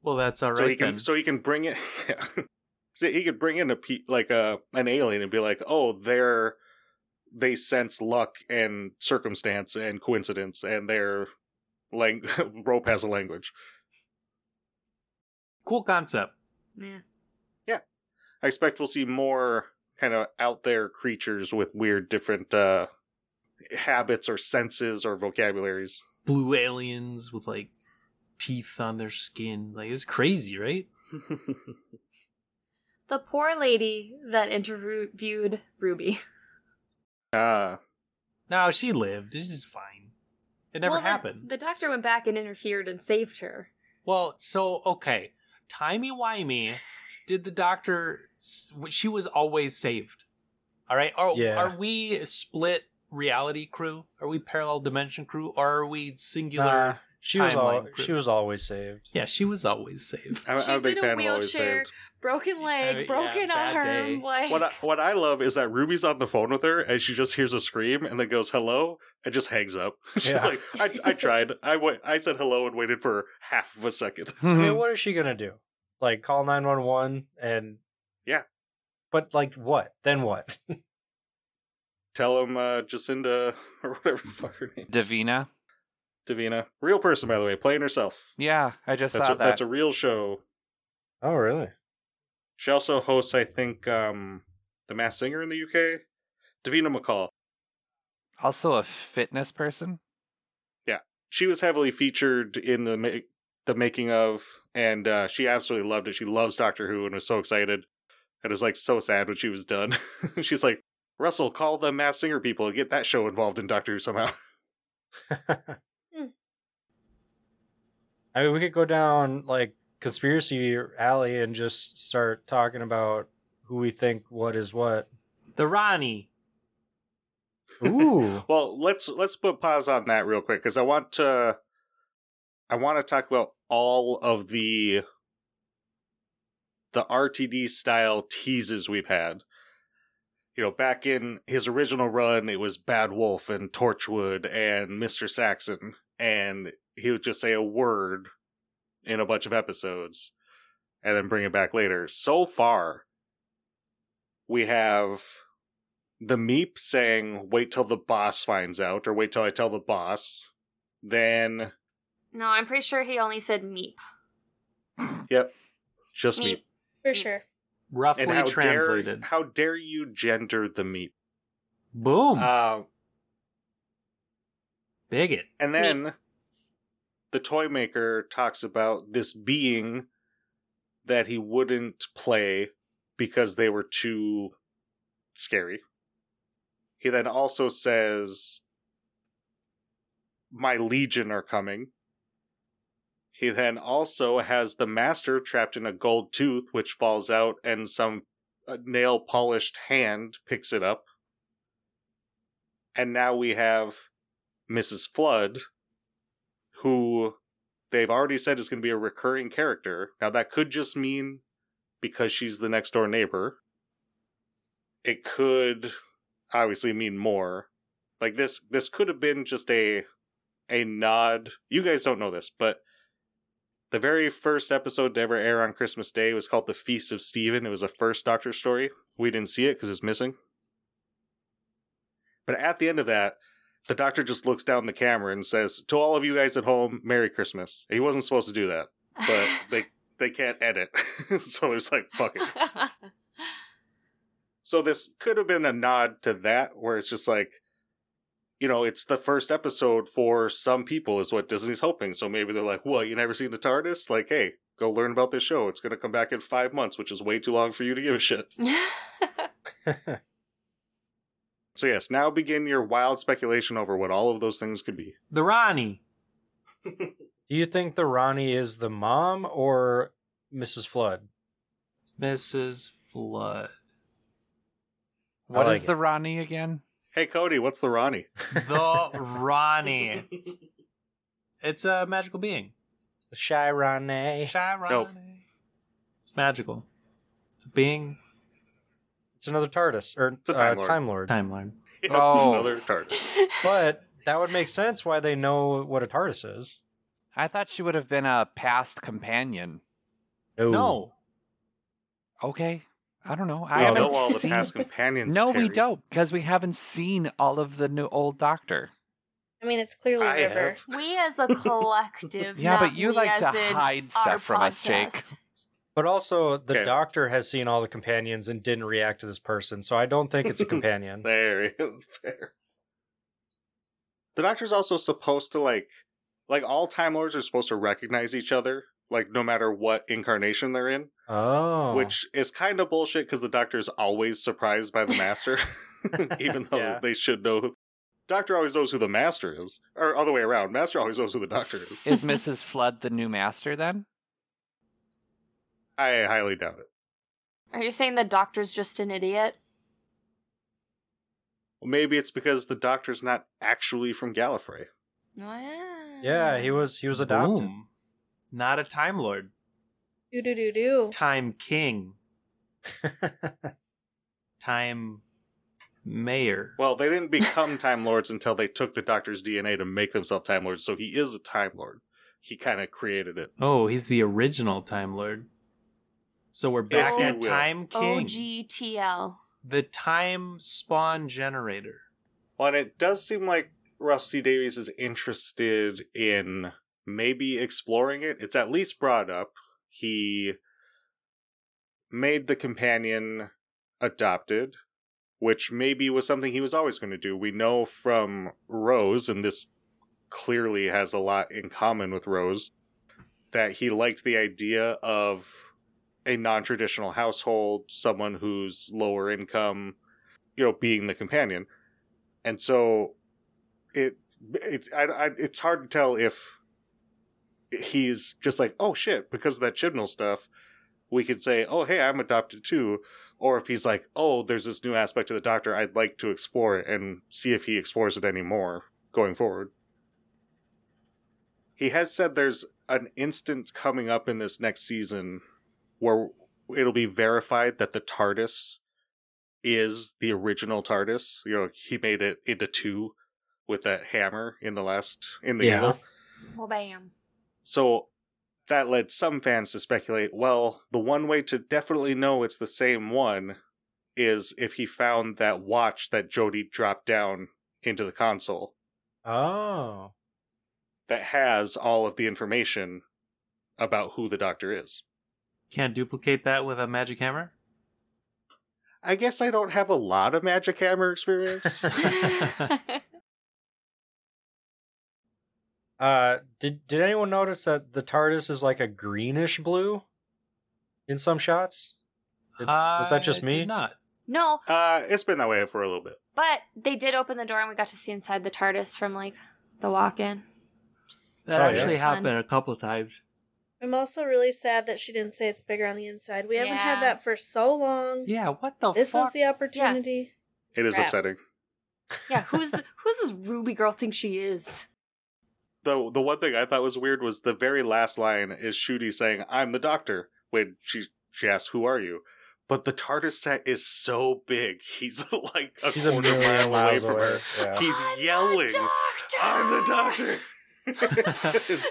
Speaker 1: Well, that's all right.
Speaker 3: so he can
Speaker 1: then.
Speaker 3: so he can bring it so he could bring in a pe- like a an alien and be like oh they're they sense luck and circumstance and coincidence and their lang- rope has a language
Speaker 1: cool concept.
Speaker 2: Yeah.
Speaker 3: i expect we'll see more kind of out there creatures with weird different uh habits or senses or vocabularies
Speaker 1: Blue aliens with like teeth on their skin. Like it's crazy, right?
Speaker 2: The poor lady that interviewed Ruby.
Speaker 3: ah
Speaker 1: No, she lived. This is fine. It never
Speaker 2: Well, the-
Speaker 1: happened.
Speaker 2: The, doctor went back and interfered and saved her.
Speaker 1: Well, so okay, timey wimey. did the doctor? s- She was always saved. All right. Are
Speaker 4: Yeah.
Speaker 1: are we split reality crew? Are we parallel dimension crew? Or are we singular?
Speaker 3: Uh.
Speaker 4: Nah, she was all,
Speaker 1: timeline group.
Speaker 4: she was always saved.
Speaker 1: Yeah, she was always saved.
Speaker 3: I'm, I'm a
Speaker 2: She's in
Speaker 3: big
Speaker 2: a
Speaker 3: fan of always
Speaker 2: wheelchair.
Speaker 3: saved
Speaker 2: Broken leg,
Speaker 1: I mean,
Speaker 2: broken
Speaker 1: yeah, bad
Speaker 2: arm,
Speaker 1: day.
Speaker 2: like
Speaker 3: what I, what I love is that Ruby's on the phone with her and she just hears a scream and then goes hello and just hangs up. She's
Speaker 4: Yeah.
Speaker 3: like, I, I tried. I went. I said hello and waited for half of a second.
Speaker 4: I mean, what is she gonna do? Like call nine one one and
Speaker 3: Yeah.
Speaker 4: but like what? Then what?
Speaker 3: Tell him uh, Jacinda or whatever the fuck her name. is.
Speaker 6: Davina.
Speaker 3: Davina, real person by the way, playing herself.
Speaker 6: Yeah, I just
Speaker 3: That's
Speaker 6: saw
Speaker 3: a,
Speaker 6: that.
Speaker 3: that's a real show.
Speaker 4: oh really?
Speaker 3: She also hosts, I think, um, the Mass Singer in the UK. Davina McCall.
Speaker 6: also a fitness person.
Speaker 3: she was heavily featured in the ma- the making of, and uh, she absolutely loved it. She loves Doctor Who and was so excited, and was like so sad when she was done. She's like, Russell, call the Mass Singer people and get that show involved in Doctor Who somehow.
Speaker 4: I mean, we could go down like conspiracy alley and just start talking about who we think what is what.
Speaker 1: The Ronnie.
Speaker 4: Ooh,
Speaker 3: well, let's let's put pause on that real quick because I want to I want to talk about all of the the RTD style teases we've had. You know, back in his original run, it was Bad Wolf and Torchwood and Mr. Saxon, and he would just say a word in a bunch of episodes and then bring it back later. So far, we have the meep saying wait till the boss finds out or wait till i tell the boss then
Speaker 2: No, I'm pretty sure he only said meep.
Speaker 3: just meep,
Speaker 5: For sure.
Speaker 1: Roughly
Speaker 3: and how
Speaker 1: translated.
Speaker 3: dare how dare you gender the meep
Speaker 1: Boom.
Speaker 3: uh,
Speaker 1: Bigot.
Speaker 3: and then the toy maker talks about this being that he wouldn't play because they were too scary he then also says my legion are coming. He then also has the master trapped in a gold tooth, which falls out, and some nail polished hand picks it up. And now we have Mrs. Flood, who they've already said is going to be a recurring character. Now, that could just mean because she's the next door neighbor. It could obviously mean more. Like this, this could have been just a a nod. You guys don't know this, but the very first episode to ever air on Christmas Day was called The Feast of Stephen. It was a first Doctor story. We didn't see it because it's missing. But at the end of that, the Doctor just looks down the camera and says, To all of you guys at home, Merry Christmas. He wasn't supposed to do that, but they, they can't edit. so there's like, fuck it. So this could have been a nod to that, where it's just like, you know, it's the first episode for some people is what Disney's hoping. So maybe they're like, "Well, you never seen the TARDIS? Like, hey, go learn about this show. It's going to come back in five months, which is way too long for you to give a shit." So yes, now begin your wild speculation over what all of those things could be.
Speaker 1: The Ronnie.
Speaker 4: do you think the Ronnie is the mom or Mrs. Flood?
Speaker 1: Mrs. Flood.
Speaker 6: What is
Speaker 4: like
Speaker 6: the Ronnie again?
Speaker 3: Hey, Cody, what's the Ronnie?
Speaker 1: The Ronnie. It's a magical being.
Speaker 4: Shy Ronnie.
Speaker 1: Shy
Speaker 3: Nope.
Speaker 1: Ronnie. It's magical. It's a being.
Speaker 4: It's another TARDIS or
Speaker 3: It's a
Speaker 4: uh,
Speaker 3: Time
Speaker 4: Time Lord.
Speaker 3: Lord.
Speaker 1: Time Lord.
Speaker 3: Yep,
Speaker 6: Oh.
Speaker 3: another TARDIS.
Speaker 4: But that would make sense why they know what a TARDIS is.
Speaker 6: I thought she would have been a past companion.
Speaker 1: No.
Speaker 6: Okay. I don't know. I
Speaker 3: We all
Speaker 6: haven't
Speaker 3: know all the
Speaker 6: seen...
Speaker 3: past companions.
Speaker 6: No,
Speaker 3: Terry.
Speaker 6: we don't, because we haven't seen all of the new old Doctor.
Speaker 5: I mean, it's clearly
Speaker 3: I
Speaker 5: River.
Speaker 3: have.
Speaker 2: We as a collective.
Speaker 6: Yeah,
Speaker 2: not
Speaker 6: but you
Speaker 2: we
Speaker 6: like
Speaker 2: as
Speaker 6: to
Speaker 2: in
Speaker 6: hide
Speaker 2: our
Speaker 6: stuff from us, Jake.
Speaker 2: podcast.
Speaker 4: But also, the
Speaker 3: Okay.
Speaker 4: doctor has seen all the companions and didn't react to this person, so I don't think it's a companion.
Speaker 3: There, fair. The Doctor's also supposed to like, like all Time Lords are supposed to recognize each other, like no matter what incarnation they're in,
Speaker 4: oh,
Speaker 3: which is kind of bullshit because the Doctor's always surprised by the Master, even though
Speaker 4: Yeah.
Speaker 3: they should know. Doctor always knows who the Master is, or other way around. Master always knows who the Doctor is.
Speaker 6: Is Mrs. Flood the new master then?
Speaker 3: I highly doubt it.
Speaker 2: Are you saying the doctor's just an idiot?
Speaker 3: Maybe it's because the Doctor's not actually from Gallifrey.
Speaker 4: yeah, he was he was adopted.
Speaker 1: Boom. Not a Time Lord.
Speaker 5: Do do do do.
Speaker 1: Time King. Time Mayor.
Speaker 3: Well, they didn't become Time Lords until they took the Doctor's DNA to make themselves Time Lords, so he is a Time Lord. He kind of created it.
Speaker 1: Oh, he's the original Time Lord. So we're back
Speaker 2: If you
Speaker 1: at
Speaker 3: will.
Speaker 1: Time King.
Speaker 2: OGTL.
Speaker 1: The time spawn generator.
Speaker 3: Well, and it does seem like Rusty Davies is interested in maybe exploring it. It's at least brought up. He made the companion adopted, which maybe was something he was always going to do. We know from Rose, and this clearly has a lot in common with Rose, that he liked the idea of a non traditional household, someone who's lower income, you know, being the companion and so it it I, I, it's hard to tell if he's just like oh shit because of that Chibnall stuff we could say oh hey I'm adopted too or if he's like oh there's this new aspect to the doctor I'd like to explore it and see if he explores it anymore going forward he has said there's an instance coming up in this next season where it'll be verified that the TARDIS is the original TARDIS. You know, he made it into two with that hammer in the last in the
Speaker 4: Yeah.
Speaker 3: eagle.
Speaker 2: Well, bam.
Speaker 3: So that led some fans to speculate, well, the one way to definitely know it's the same one is if he found that watch that Jody dropped down into the console
Speaker 4: Oh,
Speaker 3: that has all of the information about who the doctor is.
Speaker 1: Can't duplicate that with a magic hammer?
Speaker 3: I guess I don't have a lot of magic hammer experience.
Speaker 4: uh, did did anyone notice that the TARDIS is like a greenish blue in some shots? It- was that just
Speaker 1: I
Speaker 4: me?
Speaker 1: did Not.
Speaker 2: no,
Speaker 3: uh, it's been that way for a little bit.
Speaker 2: but they did open the door and we got to see inside the TARDIS from like the walk in.
Speaker 1: That
Speaker 4: Oh, yeah.
Speaker 1: actually happened
Speaker 2: Fun.
Speaker 1: a couple of times.
Speaker 5: I'm also really sad that she didn't say it's bigger on the inside. We haven't
Speaker 2: Yeah.
Speaker 5: had that for so long.
Speaker 1: Yeah, what the
Speaker 5: this was
Speaker 1: fuck?
Speaker 5: the opportunity.
Speaker 3: It is
Speaker 5: Crap.
Speaker 3: upsetting.
Speaker 2: Yeah, who's who's this Ruby girl think she is?
Speaker 3: The the one thing I thought was weird was the very last line is Shooty saying, "I'm the doctor." When she she asks, "Who are you?" But the TARDIS set is so big, he's like a
Speaker 4: He's a
Speaker 3: quarter
Speaker 4: million
Speaker 3: mile away
Speaker 4: miles
Speaker 3: from
Speaker 4: away.
Speaker 3: her.
Speaker 4: Yeah.
Speaker 3: He's
Speaker 2: I'm the
Speaker 3: yelling,
Speaker 2: doctor!
Speaker 3: "I'm the doctor."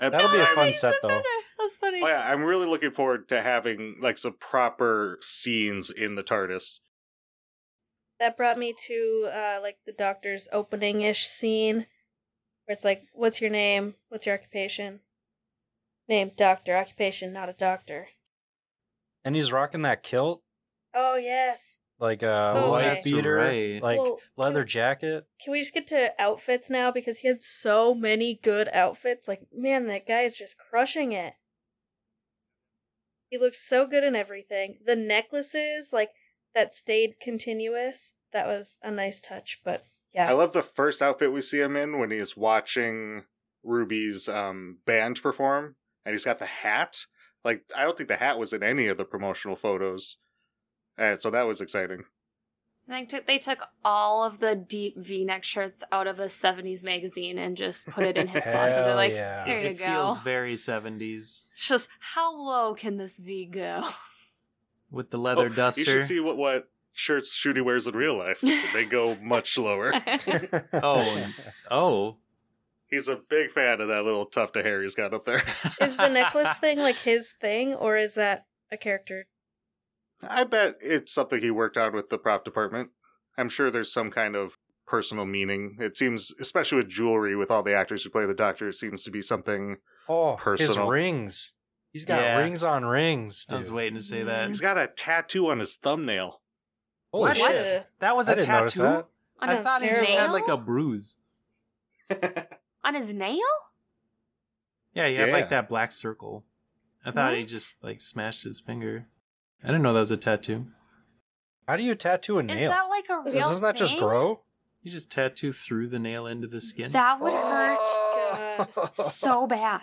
Speaker 3: And
Speaker 4: That'll be a
Speaker 3: I'm-
Speaker 4: fun set, though.
Speaker 2: That's funny.
Speaker 3: Oh yeah, I'm really looking forward to having like some proper scenes in the TARDIS.
Speaker 5: That brought me to uh like the doctor's opening ish scene where it's like, What's your name? What's your occupation? Name doctor, occupation, not a doctor.
Speaker 4: and he's rocking that kilt,
Speaker 5: Oh yes.
Speaker 4: like a
Speaker 5: Oh,
Speaker 4: white
Speaker 5: that's
Speaker 4: beater,
Speaker 1: right.
Speaker 4: like
Speaker 5: Well,
Speaker 4: leather
Speaker 5: can-
Speaker 4: jacket.
Speaker 5: Can we just get to outfits now? Because he had so many good outfits. Like, man, that guy is just crushing it. He looked so good in everything. The necklaces, like, that stayed continuous. That was a nice touch, but yeah.
Speaker 3: I love the first outfit we see him in when he is watching Ruby's um, band perform, and he's got the hat. Like I don't think the hat was in any of the promotional photos. And so that was exciting.
Speaker 2: They took, they took all of the deep V neck shirts out of a 70s magazine and just put it in his closet. They're
Speaker 4: Hell
Speaker 2: like,
Speaker 4: yeah.
Speaker 2: there you
Speaker 1: it
Speaker 2: go.
Speaker 1: feels very 70s
Speaker 2: It's just, how low can this V go?
Speaker 1: with the leather
Speaker 3: Oh, You
Speaker 1: duster.
Speaker 3: should see what what shirts Shooty wears in real life. They go much lower.
Speaker 1: Oh. oh,
Speaker 3: He's a big fan of that little tuft of hair he's got up there.
Speaker 5: Is the necklace thing like his thing, or is that a character?
Speaker 3: I bet it's something he worked on with the prop department. I'm sure there's some kind of personal meaning. It seems, especially with jewelry, with all the actors who play the Doctor, it seems to be something.
Speaker 4: oh, his
Speaker 3: Personal.
Speaker 4: rings. He's got
Speaker 1: Yeah.
Speaker 4: rings on rings.
Speaker 1: I was
Speaker 4: dude.
Speaker 1: waiting to say that.
Speaker 3: He's got a tattoo on his thumbnail.
Speaker 4: Holy
Speaker 5: What?
Speaker 4: shit.
Speaker 5: shit.
Speaker 1: That was
Speaker 4: I
Speaker 1: a
Speaker 4: didn't notice
Speaker 1: tattoo.
Speaker 4: that.
Speaker 2: On
Speaker 1: I
Speaker 2: his
Speaker 1: thought he just
Speaker 2: nail?
Speaker 1: had like a bruise.
Speaker 2: On his nail?
Speaker 1: Yeah, he had
Speaker 3: Yeah.
Speaker 1: like that black circle. I thought he
Speaker 2: What?
Speaker 1: just like smashed his finger. I didn't know that was a tattoo.
Speaker 4: How do you tattoo a
Speaker 2: Is
Speaker 4: nail?
Speaker 2: that like a real
Speaker 4: Doesn't that just
Speaker 2: thing?
Speaker 4: grow?
Speaker 1: You just tattoo through the nail into the skin.
Speaker 2: That would
Speaker 4: Oh.
Speaker 2: hurt
Speaker 5: God.
Speaker 2: so bad.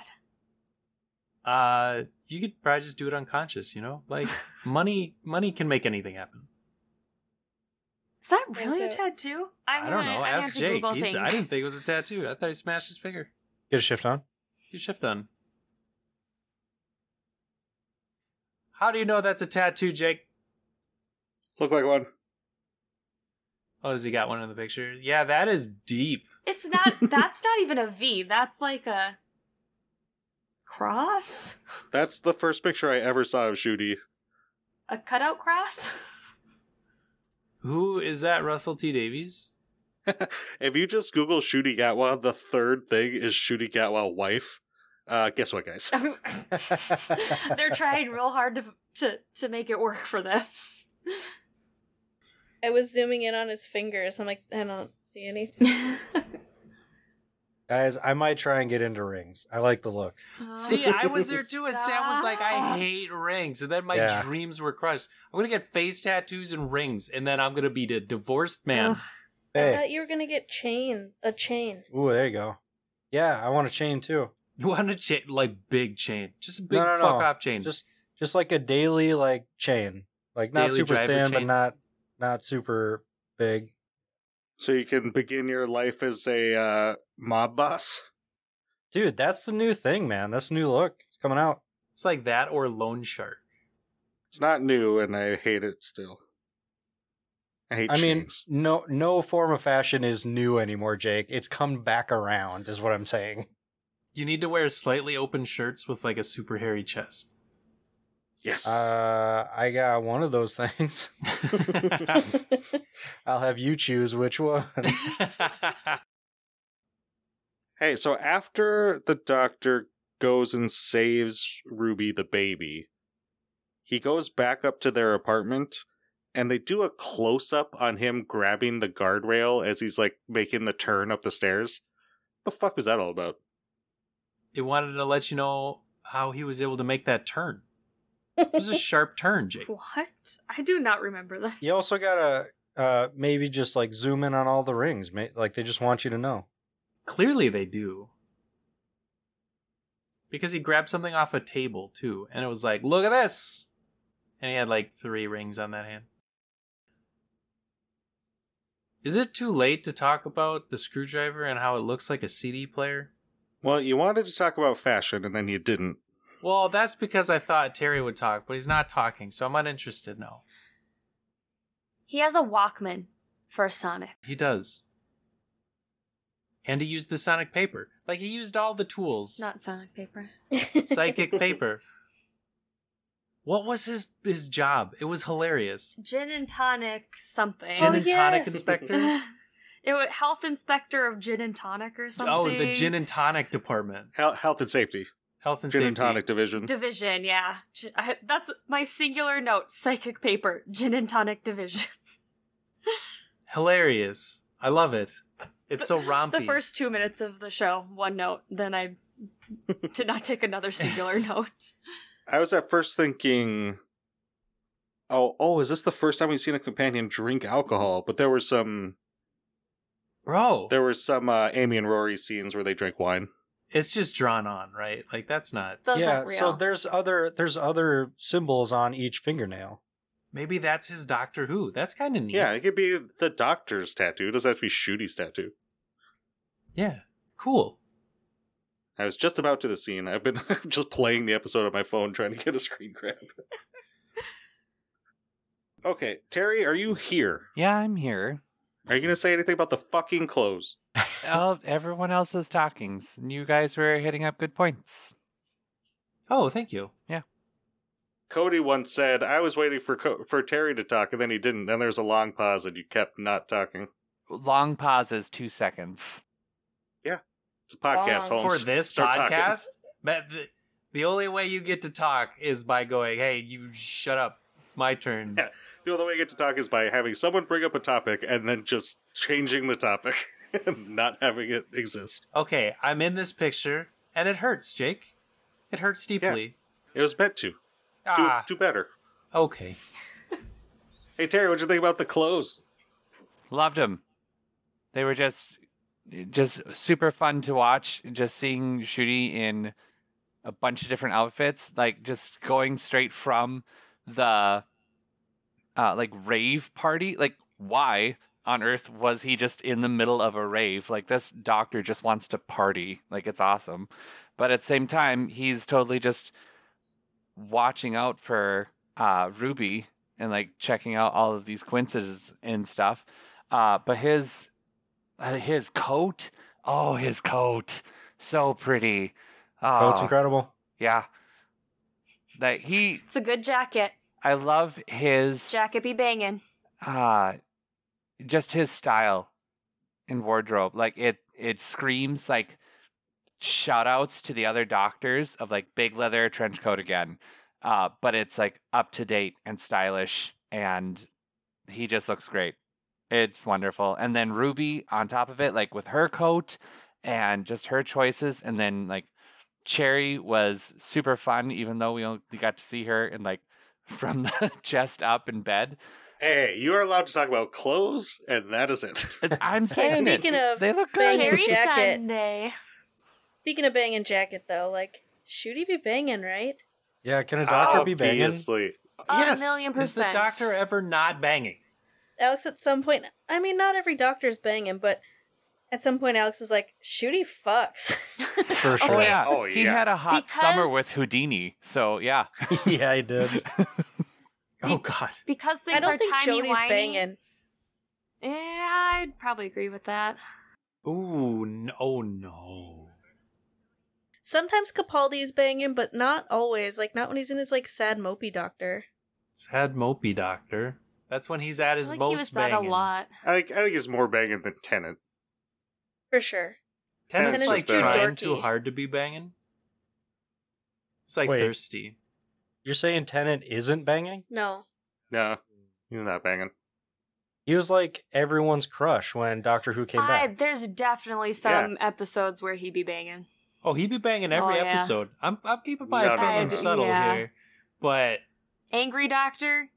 Speaker 1: uh, you could probably just do it unconscious. You know, like money. Money can make anything happen.
Speaker 2: Is that
Speaker 5: Is
Speaker 2: really a
Speaker 5: it-
Speaker 2: tattoo?
Speaker 1: I'm I do not
Speaker 2: gonna-
Speaker 1: know.
Speaker 2: I'm gonna
Speaker 1: Ask
Speaker 2: have to
Speaker 1: Jake.
Speaker 2: Google
Speaker 1: He's,
Speaker 2: things.
Speaker 1: I didn't think it was a tattoo. I thought he smashed his finger.
Speaker 4: Get a shift on.
Speaker 1: Your shift on. How do you know that's a tattoo, Jake?
Speaker 3: Look like one.
Speaker 1: Oh, does he got one in the picture? Yeah, that is deep.
Speaker 2: It's not. That's not even a V. That's like a cross,
Speaker 3: That's the first picture I ever saw of Shooty.
Speaker 2: a cutout cross.
Speaker 1: Who is that? Russell T Davies.
Speaker 3: If you just Google Shooty Gatwa, the third thing is Shooty Gatwa wife. Uh, guess what, guys?
Speaker 2: They're trying real hard to to to make it work for them.
Speaker 5: I was zooming in on his fingers. I'm like, I don't see anything.
Speaker 4: Guys, I might try and get into rings. I like the look.
Speaker 1: See,
Speaker 2: Um,
Speaker 1: I was there too, and Sam was like, "I
Speaker 2: Oh. Stop.
Speaker 1: hate rings," and then my
Speaker 4: Yeah.
Speaker 1: dreams were crushed. I'm gonna get face tattoos and rings, and then I'm gonna be a divorced man.
Speaker 2: Ugh.
Speaker 5: I thought
Speaker 4: Hey.
Speaker 5: you were gonna get chains. A chain.
Speaker 4: Ooh, there you go. Yeah, I want a chain too.
Speaker 1: You want a chain, like big chain, just a big
Speaker 4: no, no.
Speaker 1: fuck off chain.
Speaker 4: Just just like a daily like chain. Like not
Speaker 1: Daily
Speaker 4: super
Speaker 1: driver
Speaker 4: thin, but
Speaker 1: chain.
Speaker 4: not not super big.
Speaker 3: so you can begin your life as a uh, mob boss.
Speaker 4: Dude, that's the new thing, man. That's the new look. It's coming out.
Speaker 1: it's like that or loan shark.
Speaker 3: It's not new, and I hate it still. I hate
Speaker 4: I mean,
Speaker 3: chains.
Speaker 4: no no form of fashion is new anymore, Jake. It's come back around, is what I'm saying.
Speaker 1: You need to wear slightly open shirts with like a super hairy chest.
Speaker 3: yes.
Speaker 4: Uh, I got one of those things. I'll have you choose which one.
Speaker 3: Hey, so after the doctor goes and saves Ruby the baby, he goes back up to their apartment and they do a close up on him grabbing the guardrail as he's like making the turn up the stairs. The fuck was that all about?
Speaker 1: it wanted to let you know how he was able to make that turn. It was a sharp turn, Jake.
Speaker 2: What? I do not remember this.
Speaker 4: you also gotta uh maybe just like zoom in on all the rings. ma- Like they just want you to know.
Speaker 1: Clearly they do. Because he grabbed something off a table too, and it was like, look at this. And he had like three rings on that hand. Is it too late to talk about the screwdriver and how it looks like a CD player?
Speaker 3: Well, you wanted to talk about fashion and then you didn't.
Speaker 1: Well, that's because I thought Terry would talk, but he's not talking, so I'm uninterested now.
Speaker 2: He has a Walkman for Sonic.
Speaker 1: He does. And he used the sonic paper. Like he used all the tools.
Speaker 2: Not Sonic paper.
Speaker 1: psychic paper. What was his his job? It was hilarious.
Speaker 2: Gin and tonic something.
Speaker 1: Gin
Speaker 5: Oh,
Speaker 1: and
Speaker 5: yes.
Speaker 1: tonic inspector.
Speaker 2: it was health inspector of gin and tonic or something.
Speaker 1: oh, the gin and tonic department,
Speaker 3: Hel- health and safety,
Speaker 1: health and
Speaker 3: gin
Speaker 1: safety.
Speaker 3: and tonic division.
Speaker 2: division. Yeah, Gi- I- that's my singular note. Psychic paper, gin and tonic division.
Speaker 1: Hilarious. I love it. It's so rompy.
Speaker 2: The first two minutes of the show, one note. Then I did not take another singular note.
Speaker 3: I was at first thinking, oh, oh, is this the first time we've seen a companion drink alcohol? But there were some,
Speaker 1: bro.
Speaker 3: there were some uh, Amy and Rory scenes where they drank wine.
Speaker 1: It's just drawn on, right? Like that's not
Speaker 2: Those
Speaker 4: yeah.
Speaker 2: aren't real.
Speaker 4: So there's other there's other symbols on each fingernail.
Speaker 1: Maybe that's his Doctor Who. That's kind of neat.
Speaker 3: Yeah, it could be the doctor's tattoo. It doesn't have to be Shooty's tattoo.
Speaker 1: Yeah. Cool.
Speaker 3: I was just about to the scene. I've been just playing the episode on my phone trying to get a screen grab. okay, Terry, are you here?
Speaker 6: Yeah, I'm here.
Speaker 3: Are you going to say anything about the fucking clothes?
Speaker 6: oh, everyone else is talking. s- and You guys were hitting up good points.
Speaker 1: Oh, thank you.
Speaker 3: Cody once said, "I was waiting for Co- for Terry to talk, and then he didn't. Then there was a long pause, and you kept not talking."
Speaker 6: Long pauses, two seconds.
Speaker 3: It's a podcast,
Speaker 5: Long
Speaker 3: Holmes.
Speaker 1: For this
Speaker 3: Start talking.
Speaker 1: podcast, that th- the only way you get to talk is by going, "Hey, you shut up. It's my turn."
Speaker 3: Yeah. The only way I get to talk is by having someone bring up a topic and then just changing the topic and not having it exist.
Speaker 1: Okay, I'm in this picture, and it hurts, Jake. It hurts deeply.
Speaker 3: It was meant to. Do,
Speaker 1: Ah,
Speaker 3: do better.
Speaker 1: okay.
Speaker 3: Hey, Terry, what'd you think about the clothes?
Speaker 6: Loved them. They were just, just super fun to watch. Just seeing Shooty in a bunch of different outfits, like just going straight from the, uh, like rave party. Like, why on earth was he just in the middle of a rave? Like, this doctor just wants to party. Like, it's awesome, but at the same time, he's totally just watching out for uh Ruby and like checking out all of these quinces and stuff. Uh, but his uh, his coat, oh, his coat, so pretty.
Speaker 4: Oh, it's
Speaker 6: Ah,
Speaker 4: incredible.
Speaker 6: yeah, that he.
Speaker 2: It's a good jacket.
Speaker 6: I love his
Speaker 2: Jacket be banging.
Speaker 6: uh just his style and wardrobe. Like it, it screams like shout outs to the other doctors of like big leather trench coat again. Uh, but it's like up to date and stylish, and he just looks great. It's wonderful. And then Ruby on top of it, like with her coat and just her choices. And then like Cherry was super fun, even though we only got to see her in like from the chest up in bed.
Speaker 3: Hey, you are allowed to talk about clothes, and that is it.
Speaker 6: I'm saying it.
Speaker 5: speaking of
Speaker 6: they look
Speaker 5: Banging
Speaker 6: good.
Speaker 2: Cherry
Speaker 5: jacket.
Speaker 2: Sunday.
Speaker 5: Speaking of banging jacket, though, like, should he be banging, right?
Speaker 4: Yeah, can a doctor be banging?
Speaker 3: Obviously.
Speaker 2: A
Speaker 3: yes.
Speaker 2: million
Speaker 1: Is the
Speaker 2: percent.
Speaker 1: doctor ever not banging?
Speaker 5: Alex, at some point, I mean, not every doctor's banging, but at some point, Alex is like, shoot, he fucks.
Speaker 4: For
Speaker 6: Oh
Speaker 4: sure.
Speaker 6: yeah.
Speaker 3: Oh,
Speaker 6: he
Speaker 3: yeah.
Speaker 6: had a hot summer
Speaker 2: Because-
Speaker 6: with Houdini. So yeah,
Speaker 4: yeah, I did.
Speaker 1: Oh God.
Speaker 2: Because
Speaker 5: I
Speaker 2: things
Speaker 5: don't
Speaker 2: are
Speaker 5: think
Speaker 2: tiny
Speaker 5: Jody's
Speaker 2: whiny.
Speaker 5: banging.
Speaker 2: Yeah, I'd probably agree with that.
Speaker 1: Ooh. n- oh no.
Speaker 5: Sometimes Capaldi's banging, but not always. Like, not when he's in his, like, sad, mopey doctor.
Speaker 1: Sad mopey doctor. That's when he's at
Speaker 2: I
Speaker 1: his
Speaker 2: feel like
Speaker 1: most
Speaker 2: he was that a
Speaker 1: banging.
Speaker 2: lot.
Speaker 3: I think I think it's more banging than Tenant.
Speaker 5: For sure.
Speaker 1: Tenant's
Speaker 3: Tenant's
Speaker 1: like
Speaker 3: just, uh,
Speaker 1: trying
Speaker 5: dorky.
Speaker 1: too hard to be banging. It's like
Speaker 4: Wait.
Speaker 1: thirsty.
Speaker 4: You're saying Tennant isn't banging?
Speaker 5: No.
Speaker 3: No, you're not banging.
Speaker 4: He was like everyone's crush when Doctor Who came
Speaker 2: I,
Speaker 4: back.
Speaker 2: there's definitely some episodes where he be banging.
Speaker 1: Oh, he be banging every
Speaker 2: Oh, yeah.
Speaker 1: episode. I'm I'm keeping my
Speaker 3: No, no, no,
Speaker 1: opinion
Speaker 3: no.
Speaker 1: subtle
Speaker 2: Yeah.
Speaker 1: here, but
Speaker 2: Angry doctor.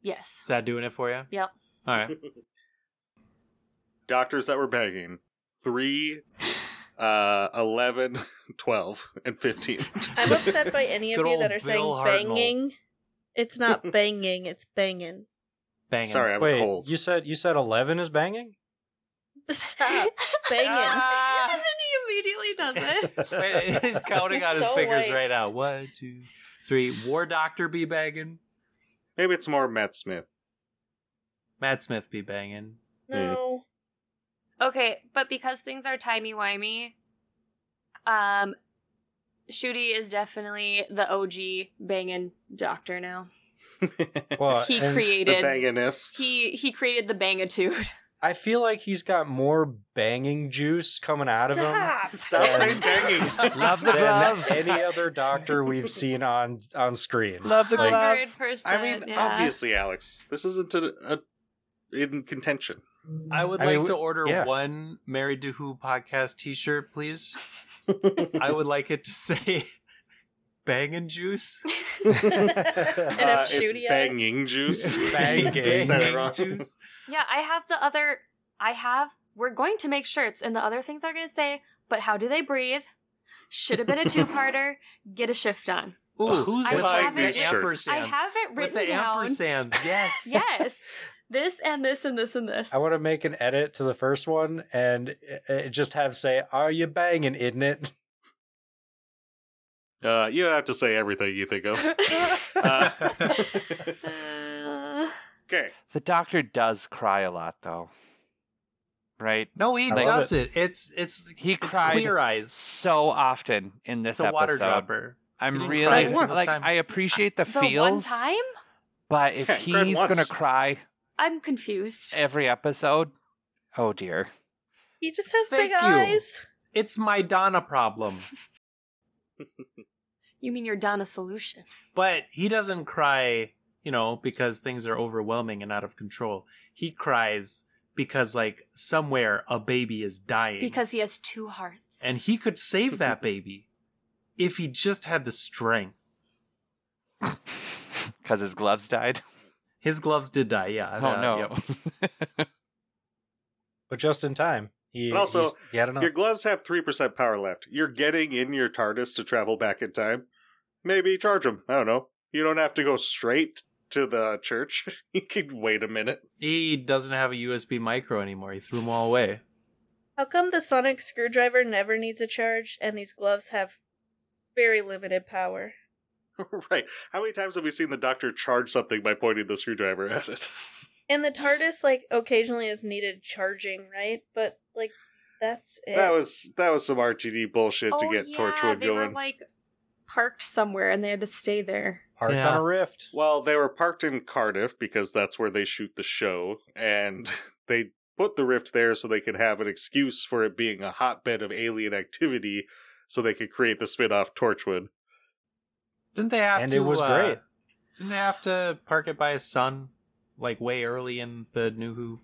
Speaker 2: Yes.
Speaker 1: is that doing it for you?
Speaker 2: Yep.
Speaker 1: All right.
Speaker 3: Doctors that were banging. Three, uh, 11, 12, and 15.
Speaker 5: I'm upset by any of
Speaker 1: Good
Speaker 5: you
Speaker 1: old
Speaker 5: that are saying
Speaker 1: Bill Hartnell.
Speaker 5: banging. It's not banging, it's banging.
Speaker 1: Banging.
Speaker 3: Sorry, I'm
Speaker 4: Wait,
Speaker 3: cold.
Speaker 4: you said you said eleven is banging?
Speaker 5: Stop banging.
Speaker 1: Ah!
Speaker 2: and then he immediately does it.
Speaker 1: He's counting on his
Speaker 5: So
Speaker 1: fingers
Speaker 5: white.
Speaker 1: right now. One, two, three. War Doctor be banging.
Speaker 3: Maybe it's more Matt Smith.
Speaker 1: Matt Smith be banging.
Speaker 5: no.
Speaker 2: okay, but because things are timey wimey, um, Shooty is definitely the OG banging doctor now.
Speaker 4: Well,
Speaker 2: he
Speaker 4: and
Speaker 3: Uh, the
Speaker 2: created
Speaker 3: banginest.
Speaker 2: he he created the bangitude.
Speaker 4: I feel like he's got more banging juice coming out of him
Speaker 3: Stop saying banging.
Speaker 6: love the
Speaker 4: than
Speaker 6: glove.
Speaker 4: any other doctor we've seen on on screen.
Speaker 6: Love the
Speaker 4: Like-
Speaker 6: glove.
Speaker 2: Hundred percent.
Speaker 3: I mean,
Speaker 2: yeah.
Speaker 3: obviously, Alex, this isn't a, a, in contention.
Speaker 1: I would
Speaker 4: I
Speaker 1: like
Speaker 4: mean,
Speaker 1: to
Speaker 4: we-
Speaker 1: order
Speaker 4: yeah.
Speaker 1: one Married to Who podcast T-shirt, please. I would like it to say "Bangin' Juice."
Speaker 5: And
Speaker 3: Uh,
Speaker 5: up
Speaker 3: it's
Speaker 5: shooty eye.
Speaker 3: banging juice.
Speaker 4: Banging.
Speaker 3: Said it
Speaker 1: Bangin'
Speaker 3: wrong.
Speaker 1: Juice.
Speaker 2: Yeah, I have the other. I have. We're going to make shirts, and the other things are going to say, but how do they breathe? Should have been a two parter. Get a shift on.
Speaker 1: Ooh,
Speaker 3: Who's
Speaker 1: with
Speaker 2: buying
Speaker 1: the
Speaker 2: these shirts? I
Speaker 1: ampersands.
Speaker 2: have it
Speaker 1: With
Speaker 2: written
Speaker 1: the
Speaker 2: down.
Speaker 1: ampersands, yes.
Speaker 2: Yes. This and this and this and this.
Speaker 4: I want to make an edit to the first one and it, it just have say, "Are you banging, isn't it?"
Speaker 3: Uh, you don't have to say everything you think of. Uh,
Speaker 2: Uh,
Speaker 3: okay.
Speaker 6: The doctor does cry a lot, though. Right?
Speaker 1: No, he
Speaker 4: I love
Speaker 1: does it. It's it's
Speaker 6: He
Speaker 1: it's
Speaker 6: cried
Speaker 1: clear eyes.
Speaker 6: so often in this
Speaker 1: It's a water
Speaker 6: episode.
Speaker 1: dropper. He
Speaker 6: I'm
Speaker 1: didn't
Speaker 3: cry
Speaker 6: really
Speaker 3: a single
Speaker 6: like
Speaker 1: time.
Speaker 6: I appreciate the,
Speaker 2: the one
Speaker 6: feels,
Speaker 2: time?
Speaker 6: but if
Speaker 3: Yeah, he cried
Speaker 6: he's gonna
Speaker 3: once.
Speaker 6: cry
Speaker 2: I'm confused.
Speaker 6: every episode, oh dear.
Speaker 5: He just has
Speaker 1: Thank
Speaker 5: big
Speaker 1: you.
Speaker 5: eyes.
Speaker 1: It's my Donna problem.
Speaker 2: You mean your Donna solution?
Speaker 1: But he doesn't cry, you know, because things are overwhelming and out of control. He cries because like somewhere a baby is dying.
Speaker 2: Because he has two hearts.
Speaker 1: and he could save that baby if he just had the strength.
Speaker 6: Cause his gloves died.
Speaker 1: His gloves did die, yeah.
Speaker 6: Oh
Speaker 1: uh,
Speaker 6: no.
Speaker 1: yep.
Speaker 4: But just in time, he
Speaker 3: But also,
Speaker 4: he's- he had enough.
Speaker 3: Your gloves have 3% power left. You're getting in your TARDIS to travel back in time. Maybe charge them. I don't know. You don't have to go straight to the church. you can wait a minute.
Speaker 1: He doesn't have a USB micro anymore. He threw them all away.
Speaker 5: How come the sonic screwdriver never needs a charge and these gloves have very limited power?
Speaker 3: right. How many times have we seen the doctor charge something by pointing the screwdriver at it?
Speaker 5: And the TARDIS, like, occasionally is needed charging, right? But, like, that's it.
Speaker 3: That was that was some RTD bullshit to
Speaker 2: Eh. Oh,
Speaker 3: get
Speaker 2: yeah,
Speaker 3: Torchwood
Speaker 2: they
Speaker 3: going.
Speaker 2: were like parked somewhere and they had to stay there.
Speaker 4: Parked
Speaker 1: Yeah.
Speaker 4: on a rift.
Speaker 3: Well, they were parked in Cardiff because that's where they shoot the show, and they put the rift there so they could have an excuse for it being a hotbed of alien activity, so they could create the spin-off Torchwood.
Speaker 1: Didn't they have
Speaker 4: And
Speaker 1: to
Speaker 4: it was
Speaker 1: uh,
Speaker 4: great.
Speaker 1: Didn't they have to park it by his son like way early in the new who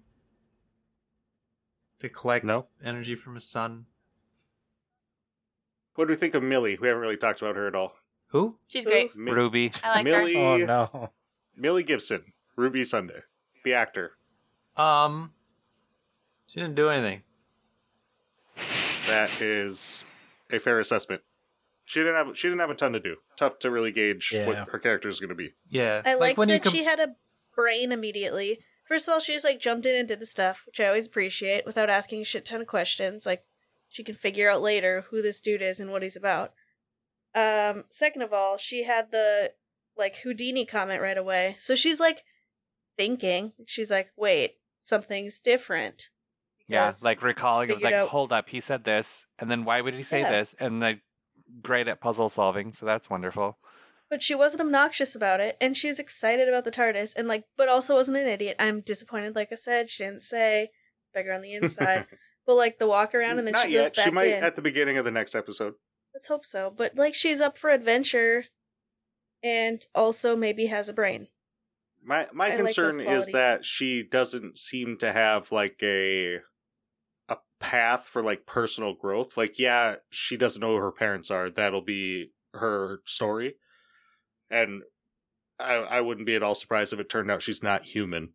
Speaker 1: to collect
Speaker 3: No.
Speaker 1: energy from his son?
Speaker 3: What do we think of Millie? We haven't really talked about her at all.
Speaker 1: Who?
Speaker 2: She's
Speaker 5: Ooh.
Speaker 2: great.
Speaker 3: Mi-
Speaker 6: Ruby.
Speaker 2: I like her.
Speaker 3: Millie,
Speaker 4: Oh no.
Speaker 3: Millie Gibson, Ruby Sunday, the actor.
Speaker 1: Um She didn't do anything.
Speaker 3: That is a fair assessment. She didn't have she didn't have a ton to do. Tough to really gauge
Speaker 4: Yeah.
Speaker 3: what her character is going to be.
Speaker 1: Yeah.
Speaker 5: I liked
Speaker 1: when you
Speaker 5: that
Speaker 1: com-
Speaker 5: she had a brain immediately. First of all, she just like jumped in and did the stuff, which I always appreciate, without asking a shit ton of questions. Like she can figure out later who this dude is and what he's about. Um, second of all, she had the like Houdini comment right away. So she's like thinking. She's like, wait, something's different.
Speaker 6: Yeah,
Speaker 5: Because-
Speaker 6: like recalling, it was
Speaker 5: Figured
Speaker 6: like,
Speaker 5: out-
Speaker 6: hold up, he said this, and then why would he say
Speaker 5: Yeah.
Speaker 6: this? And like, great at puzzle solving, so that's wonderful.
Speaker 5: But she wasn't obnoxious about it, and she was excited about the TARDIS, and like, but also wasn't an idiot. I'm disappointed, like I said, she didn't say it's bigger on the inside. but like the walk around, and then
Speaker 3: Not
Speaker 5: she goes
Speaker 3: yet.
Speaker 5: back
Speaker 3: She might
Speaker 5: in.
Speaker 3: at the beginning of the next episode.
Speaker 5: Let's hope so. But like, she's up for adventure, and also maybe has a brain.
Speaker 3: My my
Speaker 5: I like those
Speaker 3: concern is
Speaker 5: qualities.
Speaker 3: that she doesn't seem to have like a a path for like personal growth. Like, yeah, she doesn't know who her parents are. That'll be her story. And I I wouldn't be at all surprised if it turned out she's not human.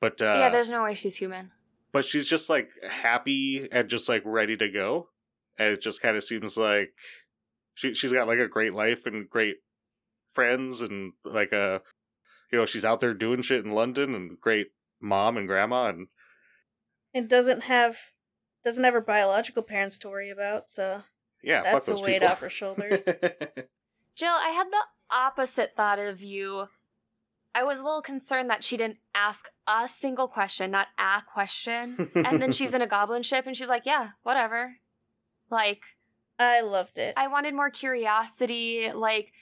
Speaker 3: But uh
Speaker 2: yeah, there's no way she's human.
Speaker 3: but she's just like happy and just like ready to go. And it just kind of seems like she she's got like a great life and great friends and like a you know, she's out there doing shit in London and great mom and grandma and
Speaker 5: And doesn't have doesn't have her biological parents to worry about. So
Speaker 3: yeah, fuck
Speaker 5: that's a
Speaker 3: those
Speaker 5: weight
Speaker 3: people.
Speaker 5: off her shoulders.
Speaker 2: Jill, I had the opposite thought of you. I was a little concerned that she didn't ask a single question, not a question. and then she's in a goblin ship and she's like, yeah, whatever. Like,
Speaker 5: I loved it.
Speaker 2: I wanted more curiosity, like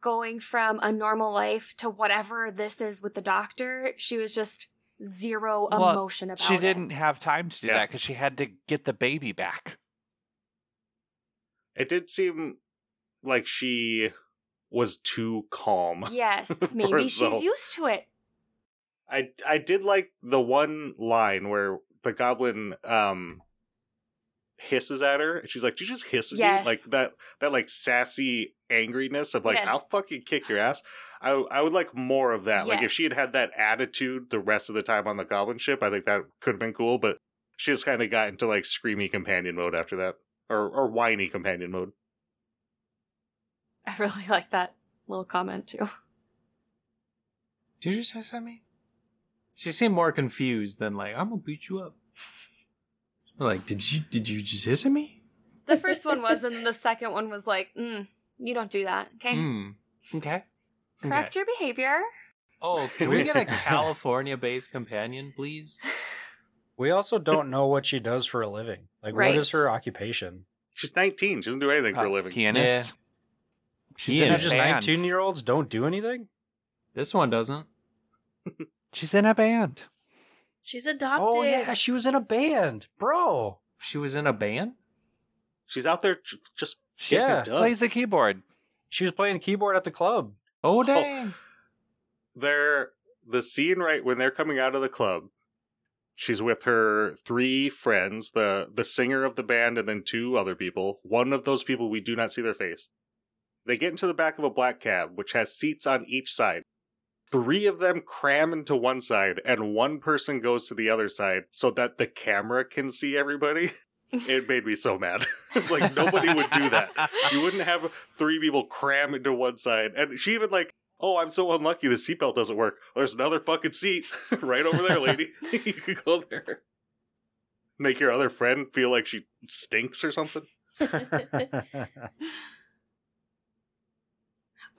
Speaker 2: going from a normal life to whatever this is with the doctor. She was just zero
Speaker 6: Well,
Speaker 2: emotion about
Speaker 6: she
Speaker 2: it.
Speaker 6: didn't have time to do
Speaker 3: Yeah.
Speaker 6: that because she had to get the baby back.
Speaker 3: it did seem like she was too calm.
Speaker 2: Yes,
Speaker 3: For
Speaker 2: maybe she's
Speaker 3: herself.
Speaker 2: used to it.
Speaker 3: I I did like the one line where the goblin um hisses at her and she's like, Did you just hiss at
Speaker 2: Yes.
Speaker 3: me? Like that that like sassy angriness of like,
Speaker 2: Yes.
Speaker 3: I'll fucking kick your ass. I I would like more of that. Like if she had
Speaker 2: Yes.
Speaker 3: had that attitude the rest of the time on the goblin ship, I think that could have been cool, but she just kinda got into like screamy companion mode after that. Or or whiny companion mode.
Speaker 2: I really like that little comment too.
Speaker 1: Did you just say something? She seemed more confused than like, I'm gonna beat you up. Like, did you did you just hiss at me?
Speaker 2: The first one was, and the second one was like, mm, "You don't do that, okay?
Speaker 3: Mm,
Speaker 1: Hmm. Okay.
Speaker 2: Correct your behavior."
Speaker 1: Oh, can we get a California based companion, please?
Speaker 4: We also don't know what she does for a living. Like,
Speaker 2: Right.
Speaker 4: what is her occupation?
Speaker 3: She's 19. She doesn't do anything for a
Speaker 6: Uh,
Speaker 3: living.
Speaker 6: Pianist. She's
Speaker 1: Yeah,
Speaker 6: in a
Speaker 4: just
Speaker 6: band.
Speaker 4: 19 year olds don't do anything?
Speaker 1: This one doesn't.
Speaker 6: She's in a band.
Speaker 5: She's adopted.
Speaker 4: Oh, yeah, she was in a band. Bro.
Speaker 1: She was in a band?
Speaker 3: She's out there j- just
Speaker 6: She
Speaker 4: Yeah,
Speaker 3: done.
Speaker 6: plays the keyboard.
Speaker 4: She was playing keyboard at the club.
Speaker 1: Oh dang.
Speaker 3: they're the scene right when they're coming out of the club. She's with her three friends, the the singer of the band and then two other people. One of those people we do not see their face. They get into the back of a black cab which has seats on each side. Three of them cram into one side and one person goes to the other side so that the camera can see everybody. It made me so mad. it's like nobody would do that you wouldn't have three people cram into one side. And she even like, oh, I'm so unlucky. The seatbelt doesn't work. "Oh, There's another fucking seat right over there, lady. you can go there. Make your other friend feel like she stinks or something.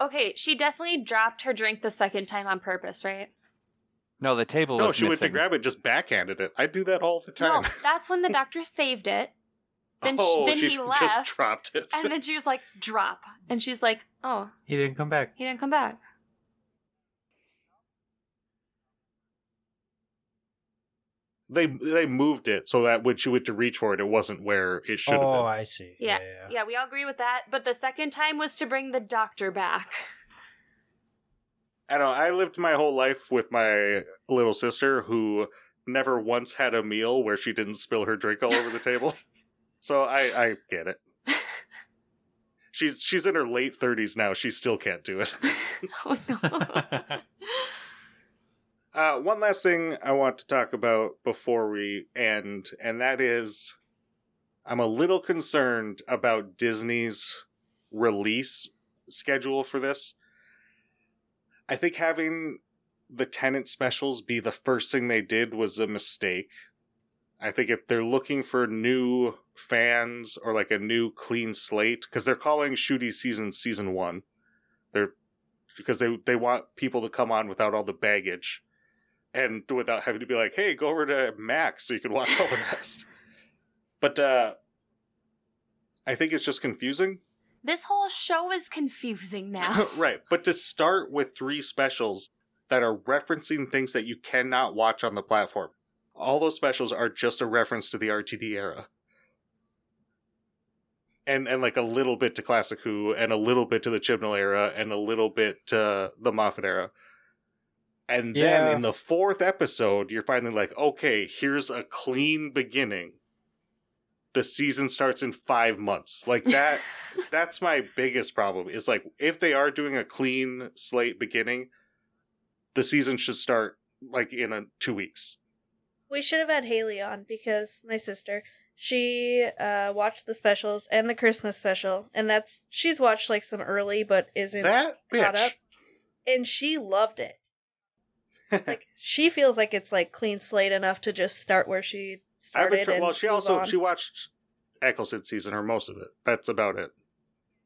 Speaker 2: Okay, she definitely dropped her drink the second time on purpose, right?
Speaker 6: No, the table
Speaker 3: no,
Speaker 6: was
Speaker 3: she went to
Speaker 6: missing.
Speaker 3: grab it, just backhanded it. I do that all the time.
Speaker 2: No, that's when the doctor saved it, then sh-
Speaker 3: oh,
Speaker 2: then
Speaker 3: she
Speaker 2: he
Speaker 3: just
Speaker 2: left,
Speaker 3: dropped it.
Speaker 2: and then she was like, "Drop," and she's like, "Oh,
Speaker 1: He didn't come back.
Speaker 2: he didn't come back."
Speaker 3: they they moved it so that when she went to reach for it, it wasn't where it should have
Speaker 4: oh,
Speaker 3: been.
Speaker 4: I see.
Speaker 2: Yeah, yeah, we all agree with that. But the second time was to bring the doctor back.
Speaker 3: I don't know. I lived my whole life with my little sister who never once had a meal where she didn't spill her drink all over the table. So I, I get it. She's she's in her late thirties now. She still can't do it.
Speaker 2: oh no.
Speaker 3: Uh, one last thing I want to talk about before we end, and that is I'm a little concerned about Disney's release schedule for this. I think having the tenant specials be the first thing they did was a mistake. I think if they're looking for new fans or like a new clean slate, because they're calling Shooty season season one, they're because they they want people to come on without all the baggage and without having to be like, "Hey, go over to Max so you can watch all the rest." but uh I think it's just confusing,
Speaker 2: This whole show is confusing now.
Speaker 3: right? But to start with three specials that are referencing things that you cannot watch on the platform, all those specials are just a reference to the RTD era, and and like a little bit to Classic Who, and a little bit to the Chibnall era, and a little bit to the Moffat era. And then
Speaker 4: Yeah.
Speaker 3: in the fourth episode, you're finally like, okay, here's a clean beginning. The season starts in five months. Like that, that's my biggest problem. Is like, if they are doing a clean slate beginning, the season should start like in a, two weeks.
Speaker 5: We should have had Haley on because my sister, she uh watched the specials and the Christmas special, and that's she's watched like some early but isn't
Speaker 3: That
Speaker 5: caught
Speaker 3: bitch.
Speaker 5: up, and she loved it. like she feels like it's like clean slate enough to just start where she
Speaker 3: I've
Speaker 5: started.
Speaker 3: been tr-
Speaker 5: and
Speaker 3: well, she
Speaker 5: move
Speaker 3: also
Speaker 5: on.
Speaker 3: she watched Eccleston season or most of it. That's about it.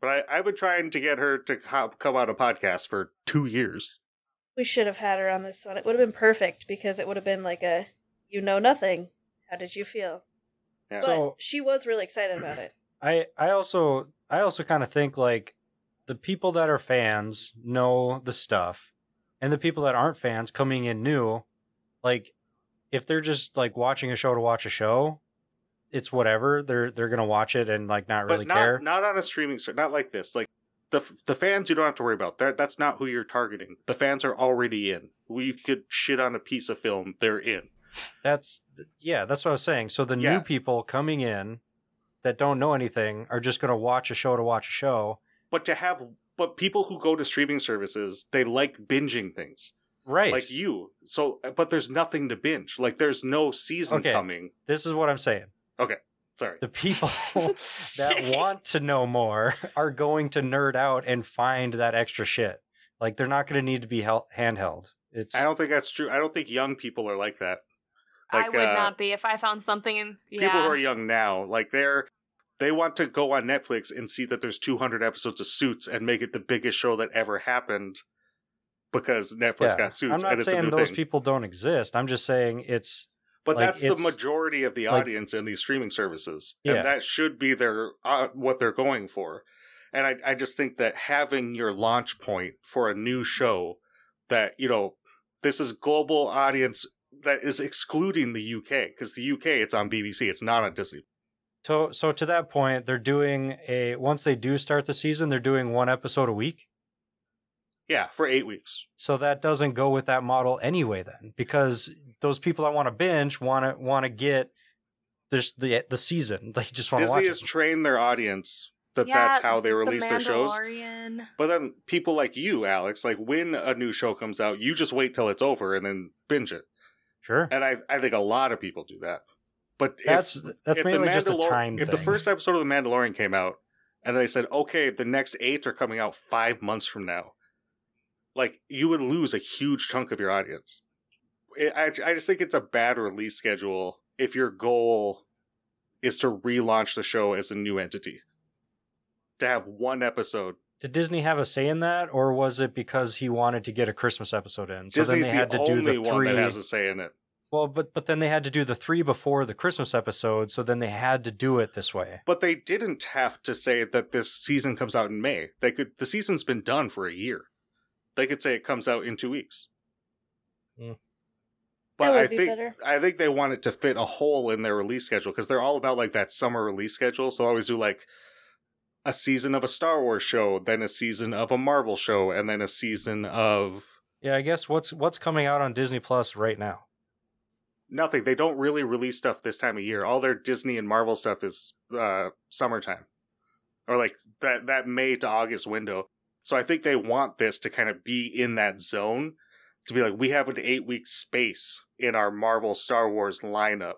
Speaker 3: But I, I've been trying to get her to co- come on a podcast for two years.
Speaker 5: We should have had her on this one. It would have been perfect because it would have been like a you know nothing. How did you feel?
Speaker 3: Yeah.
Speaker 5: But
Speaker 4: So-
Speaker 5: she was really excited about it.
Speaker 4: I I also I also kind of think like the people that are fans know the stuff, and the people that aren't fans coming in new, like if they're just like watching a show to watch a show, it's whatever. They're they're gonna watch it and like not really
Speaker 3: but not
Speaker 4: care.
Speaker 3: not on a streaming service, not like this. Like the f- the fans, you don't have to worry about that. That's not who you're targeting. The fans are already in. You could shit on a piece of film, they're in.
Speaker 4: That's yeah, that's what I was saying. So the
Speaker 3: Yeah.
Speaker 4: new people coming in that don't know anything are just gonna watch a show to watch a show.
Speaker 3: But to have but people who go to streaming services, they like binging things.
Speaker 4: Right.
Speaker 3: like you. So, but there's nothing to binge. Like there's no season
Speaker 4: Okay.
Speaker 3: coming.
Speaker 4: this is what I'm saying.
Speaker 3: Okay. Sorry.
Speaker 4: the people that want to know more are going to nerd out and find that extra shit. Like they're not going to need to be held, handheld. It's
Speaker 3: I don't think that's true. I don't think young people are like that.
Speaker 2: I
Speaker 3: Like
Speaker 2: would
Speaker 3: uh,
Speaker 2: not be if I found something. In,
Speaker 3: people
Speaker 2: yeah.
Speaker 3: who are young now, like they're they want to go on Netflix and see that there's 200 episodes of Suits and make it the biggest show that ever happened because Netflix
Speaker 4: yeah.
Speaker 3: got Suits
Speaker 4: I'm
Speaker 3: and
Speaker 4: not
Speaker 3: it's a
Speaker 4: saying
Speaker 3: new
Speaker 4: those
Speaker 3: thing.
Speaker 4: people don't exist. I'm just saying it's
Speaker 3: but
Speaker 4: like,
Speaker 3: that's the
Speaker 4: it's-
Speaker 3: majority of the
Speaker 4: like-
Speaker 3: audience in these streaming services,
Speaker 4: Yeah.
Speaker 3: and that should be their uh, what they're going for. And I, I just think that having your launch point for a new show that you know this is global audience that is excluding the UK because the UK it's on BBC, it's not on Disney.
Speaker 4: so so to that point they're doing a once they do start the season they're doing one episode a week.
Speaker 3: Yeah, for eight weeks.
Speaker 4: So that doesn't go with that model anyway then because those people that want to binge want to want to get this the the season. They just want to watch
Speaker 3: Disney
Speaker 4: it.
Speaker 3: has trained their audience that
Speaker 2: Yeah,
Speaker 3: that's how they
Speaker 2: The
Speaker 3: release their shows.
Speaker 2: Mandalorian.
Speaker 3: But then people like you, Alex, like when a new show comes out, you just wait till it's over and then binge it.
Speaker 4: Sure.
Speaker 3: And I, I think a lot of people do that. But if-
Speaker 4: That's that's
Speaker 3: if the
Speaker 4: mainly just a
Speaker 3: Mandalor-
Speaker 4: time
Speaker 3: If
Speaker 4: thing.
Speaker 3: the first episode of The Mandalorian came out and they said, okay, the next eight are coming out five months from now, like you would lose a huge chunk of your audience. It, I, I just think it's a bad release schedule if your goal is to relaunch the show as a new entity. To have one episode,
Speaker 4: Did Disney have a say in that, or was it because he wanted to get a Christmas episode in? So
Speaker 3: Disney's
Speaker 4: then they had
Speaker 3: the
Speaker 4: to do
Speaker 3: only
Speaker 4: the
Speaker 3: one
Speaker 4: three.
Speaker 3: that has a say in it.
Speaker 4: well, but but then they had to do the three before the Christmas episode, so then they had to do it this way.
Speaker 3: But they didn't have to say that this season comes out in May. They could. The season's been done for a year. They could say it comes out in two weeks.
Speaker 4: Hmm.
Speaker 3: But
Speaker 5: That would
Speaker 3: I
Speaker 5: be
Speaker 3: think
Speaker 5: better.
Speaker 3: I think they want it to fit a hole in their release schedule because they're all about like that summer release schedule. So they always do like a season of a Star Wars show, then a season of a Marvel show, and then a season of
Speaker 4: Yeah, I guess what's what's coming out on Disney Plus right now?
Speaker 3: nothing. They don't really release stuff this time of year. All their Disney and Marvel stuff is uh, summertime, or like that that May to August window. So I think they want this to kind of be in that zone to be like we have an eight week space in our Marvel Star Wars lineup,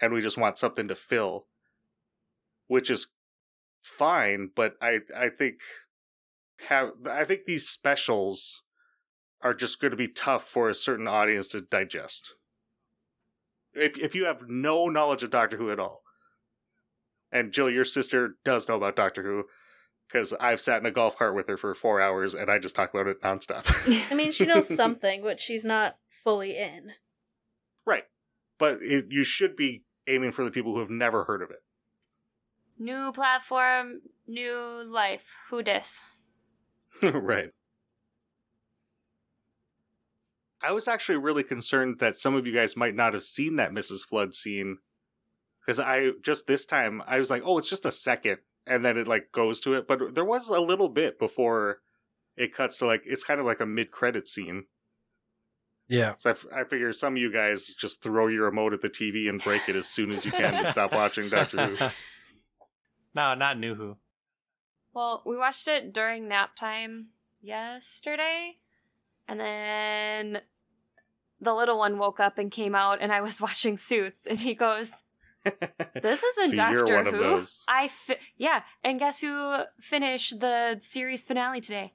Speaker 3: and we just want something to fill, which is fine. But I I think have I think these specials are just going to be tough for a certain audience to digest if if you have no knowledge of Doctor Who at all, and Jill, your sister does know about Doctor Who because I've sat in a golf cart with her for four hours and I just talk about it nonstop.
Speaker 5: I mean, she knows something, but she's not fully in.
Speaker 3: right, but it, you should be aiming for the people who have never heard of it.
Speaker 2: New platform, new life. Who dis?
Speaker 3: right. I was actually really concerned that some of you guys might not have seen that Mrs. Flood scene because I just this time I was like, oh, it's just a second, and then it like goes to it, but there was a little bit before it cuts to like it's kind of like a mid-credit scene.
Speaker 4: Yeah.
Speaker 3: So I, f- I figure some of you guys just throw your remote at the TV and break it as soon as you can to stop watching Doctor Who.
Speaker 1: no, not New Who.
Speaker 2: Well, we watched it during nap time yesterday, and then the little one woke up and came out, and I was watching Suits, and he goes, "This isn't
Speaker 3: So you're
Speaker 2: Doctor
Speaker 3: one of
Speaker 2: Who."
Speaker 3: those.
Speaker 2: I fi- yeah, and guess who finished the series finale today?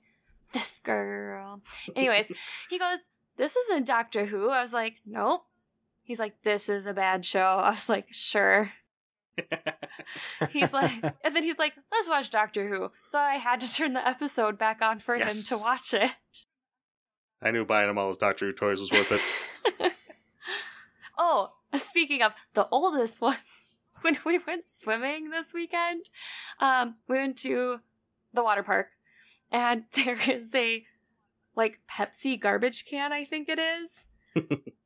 Speaker 2: This girl. Anyways, he goes, "This isn't Doctor Who." I was like, "Nope." He's like, "This is a bad show." I was like, "Sure." He's like, and then he's like, let's watch Doctor Who. So I had to turn the episode back on for
Speaker 3: Yes.
Speaker 2: him to watch it.
Speaker 3: I knew buying them all those Doctor Who toys was worth it.
Speaker 2: oh, speaking of the oldest one, when we went swimming this weekend, um, we went to the water park and there is a like Pepsi garbage can, I think it is.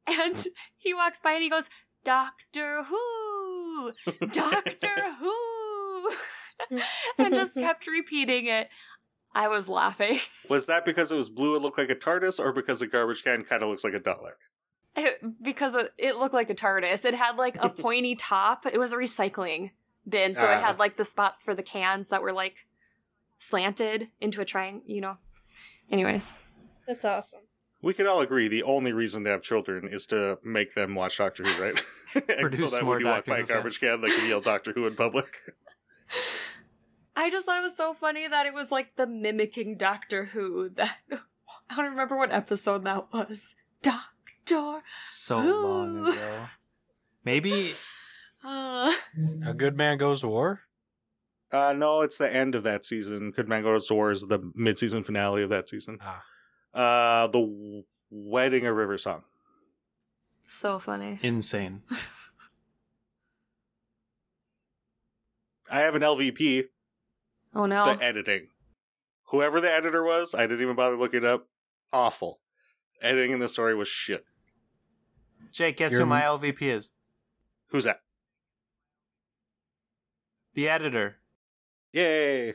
Speaker 2: and he walks by and he goes, Doctor Who! Doctor Who! and just kept repeating it. I was laughing.
Speaker 3: Was that because it was blue, it looked like a TARDIS, or because the garbage can kind of looks like a Dalek?
Speaker 2: It- because it- it looked like a TARDIS. It had like a pointy top. It was a recycling bin, so
Speaker 3: Ah.
Speaker 2: it had like the spots for the cans that were like slanted into a triangle, you know. Anyways,
Speaker 5: That's awesome.
Speaker 3: We could all agree the only reason to have children is to make them watch Doctor Who, right? And
Speaker 1: Produce
Speaker 3: so that
Speaker 1: more
Speaker 3: when you walk
Speaker 1: Doctor
Speaker 3: by a
Speaker 1: Who fans.
Speaker 3: garbage can, they can yell Doctor Who in public.
Speaker 2: I just thought it was so funny that it was like the mimicking Doctor Who. That I don't remember what episode that was. Doctor.
Speaker 1: So
Speaker 2: Ooh.
Speaker 1: long ago. Maybe
Speaker 2: Uh,
Speaker 4: A good man goes to war.
Speaker 3: Uh, no, it's the end of that season. Could Man Go to War is the mid-season finale of that season.
Speaker 4: Ah.
Speaker 3: Uh, the W- Wedding of River Song.
Speaker 2: so funny.
Speaker 1: insane.
Speaker 3: I have an LVP.
Speaker 2: Oh no.
Speaker 3: The editing. Whoever the editor was, I didn't even bother looking it up. Awful. Editing in the story was shit.
Speaker 1: Jake, guess
Speaker 4: You're-
Speaker 1: who my LVP is?
Speaker 3: Who's that?
Speaker 1: The editor.
Speaker 3: Yay!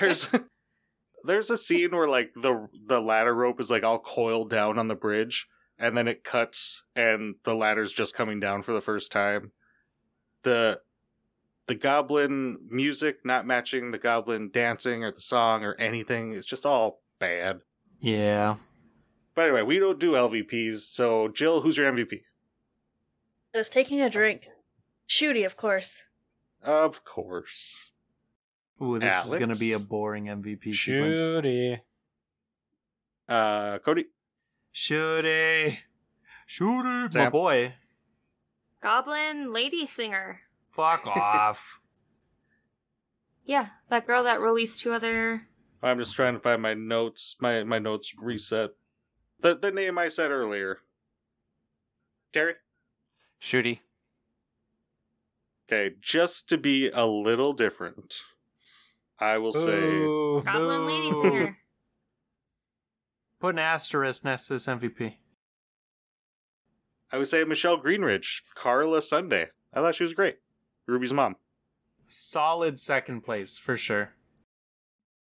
Speaker 3: There's there's a scene where like the the ladder rope is like all coiled down on the bridge, and then it cuts, and the ladder's just coming down for the first time. the The goblin music not matching the goblin dancing or the song or anything. It's just all bad.
Speaker 1: Yeah.
Speaker 3: But anyway, we don't do LVPs. So Jill, who's your MVP?
Speaker 5: I was taking a drink. Shooty, of course.
Speaker 3: Of course.
Speaker 1: Ooh, this is gonna be a
Speaker 3: Alex?
Speaker 1: boring MVP sequence.
Speaker 4: Shooty.
Speaker 3: Uh, Cody.
Speaker 1: Shooty. Shooty, my
Speaker 3: Sam?
Speaker 1: boy.
Speaker 2: Goblin lady singer.
Speaker 1: Fuck off.
Speaker 2: Yeah, that girl that released two other.
Speaker 3: I'm just trying to find my notes. My my notes reset. The the name I said earlier. Terry.
Speaker 6: Shooty.
Speaker 3: Okay, just to be a little different, I will say
Speaker 4: Ooh.
Speaker 2: Goblin lady
Speaker 1: Boo.
Speaker 2: singer.
Speaker 1: Put an asterisk next to this MVP.
Speaker 3: I would say Michelle Greenridge, Carla Sunday. I thought she was great. Ruby's mom.
Speaker 1: Solid second place for sure.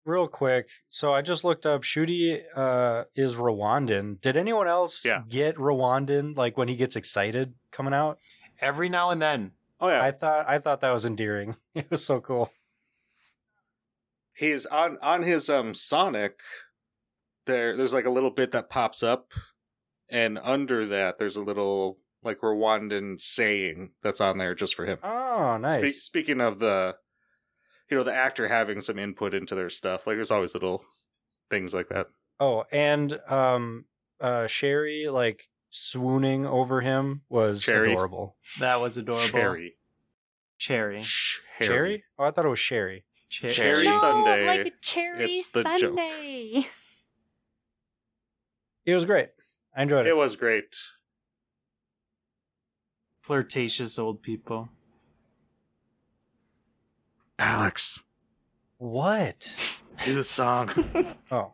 Speaker 4: Real quick, so I just looked up. Shooty uh, is Rwandan. Did anyone else
Speaker 3: Yeah.
Speaker 4: get Rwandan? Like when he gets excited coming out?
Speaker 1: Every now and then.
Speaker 3: Oh yeah,
Speaker 4: I thought I thought that was endearing. It was so cool.
Speaker 3: he's on on his um Sonic. There, there's like a little bit that pops up, and under that, there's a little like Rwandan saying that's on there just for him.
Speaker 4: Oh,
Speaker 3: Spe-
Speaker 4: nice.
Speaker 3: speaking of the, you know, the actor having some input into their stuff, like there's always little things like that.
Speaker 4: Oh, and um, uh, Sherry like swooning over him was
Speaker 3: Sherry.
Speaker 4: adorable.
Speaker 1: That was adorable.
Speaker 3: Cherry,
Speaker 1: Cherry.
Speaker 3: cherry,
Speaker 4: Sherry? Oh, I thought it was Sherry.
Speaker 1: Che-
Speaker 3: Cherry
Speaker 2: no,
Speaker 3: Sunday.
Speaker 2: like a cherry
Speaker 3: It's the joke.
Speaker 2: Sunday.
Speaker 4: It was great. I enjoyed it.
Speaker 3: It was great.
Speaker 1: Flirtatious old people.
Speaker 3: Alex,
Speaker 4: what?
Speaker 3: do the song.
Speaker 4: Oh.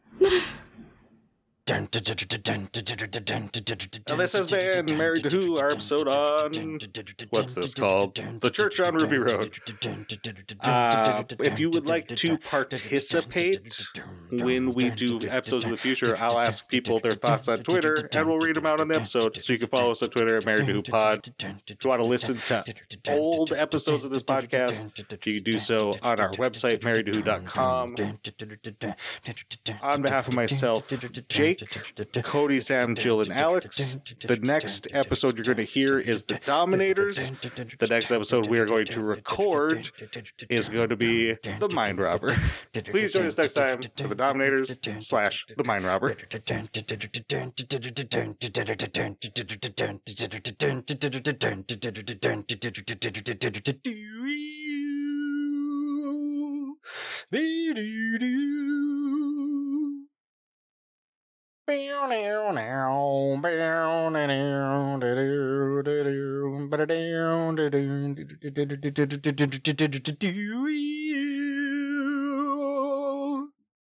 Speaker 3: Now, this has been Married to Who, our episode on. What's this called? The Church on Ruby Road. Uh, if you would like to participate when we do episodes in the future, I'll ask people their thoughts on Twitter and we'll read them out on the episode. So you can follow us on Twitter at Married to Who Pod. If you want to listen to old episodes of this podcast, you can do so on our website, marriedtowho.com. On behalf of myself, Jake, Cody, Sam, Jill, and Alex, the next episode you're going to hear is The Dominators.
Speaker 7: The next episode we are going to record
Speaker 3: Is going to be The Mind Robber. Please join us next time for The Dominators slash The Mind Robber.
Speaker 7: Dominators.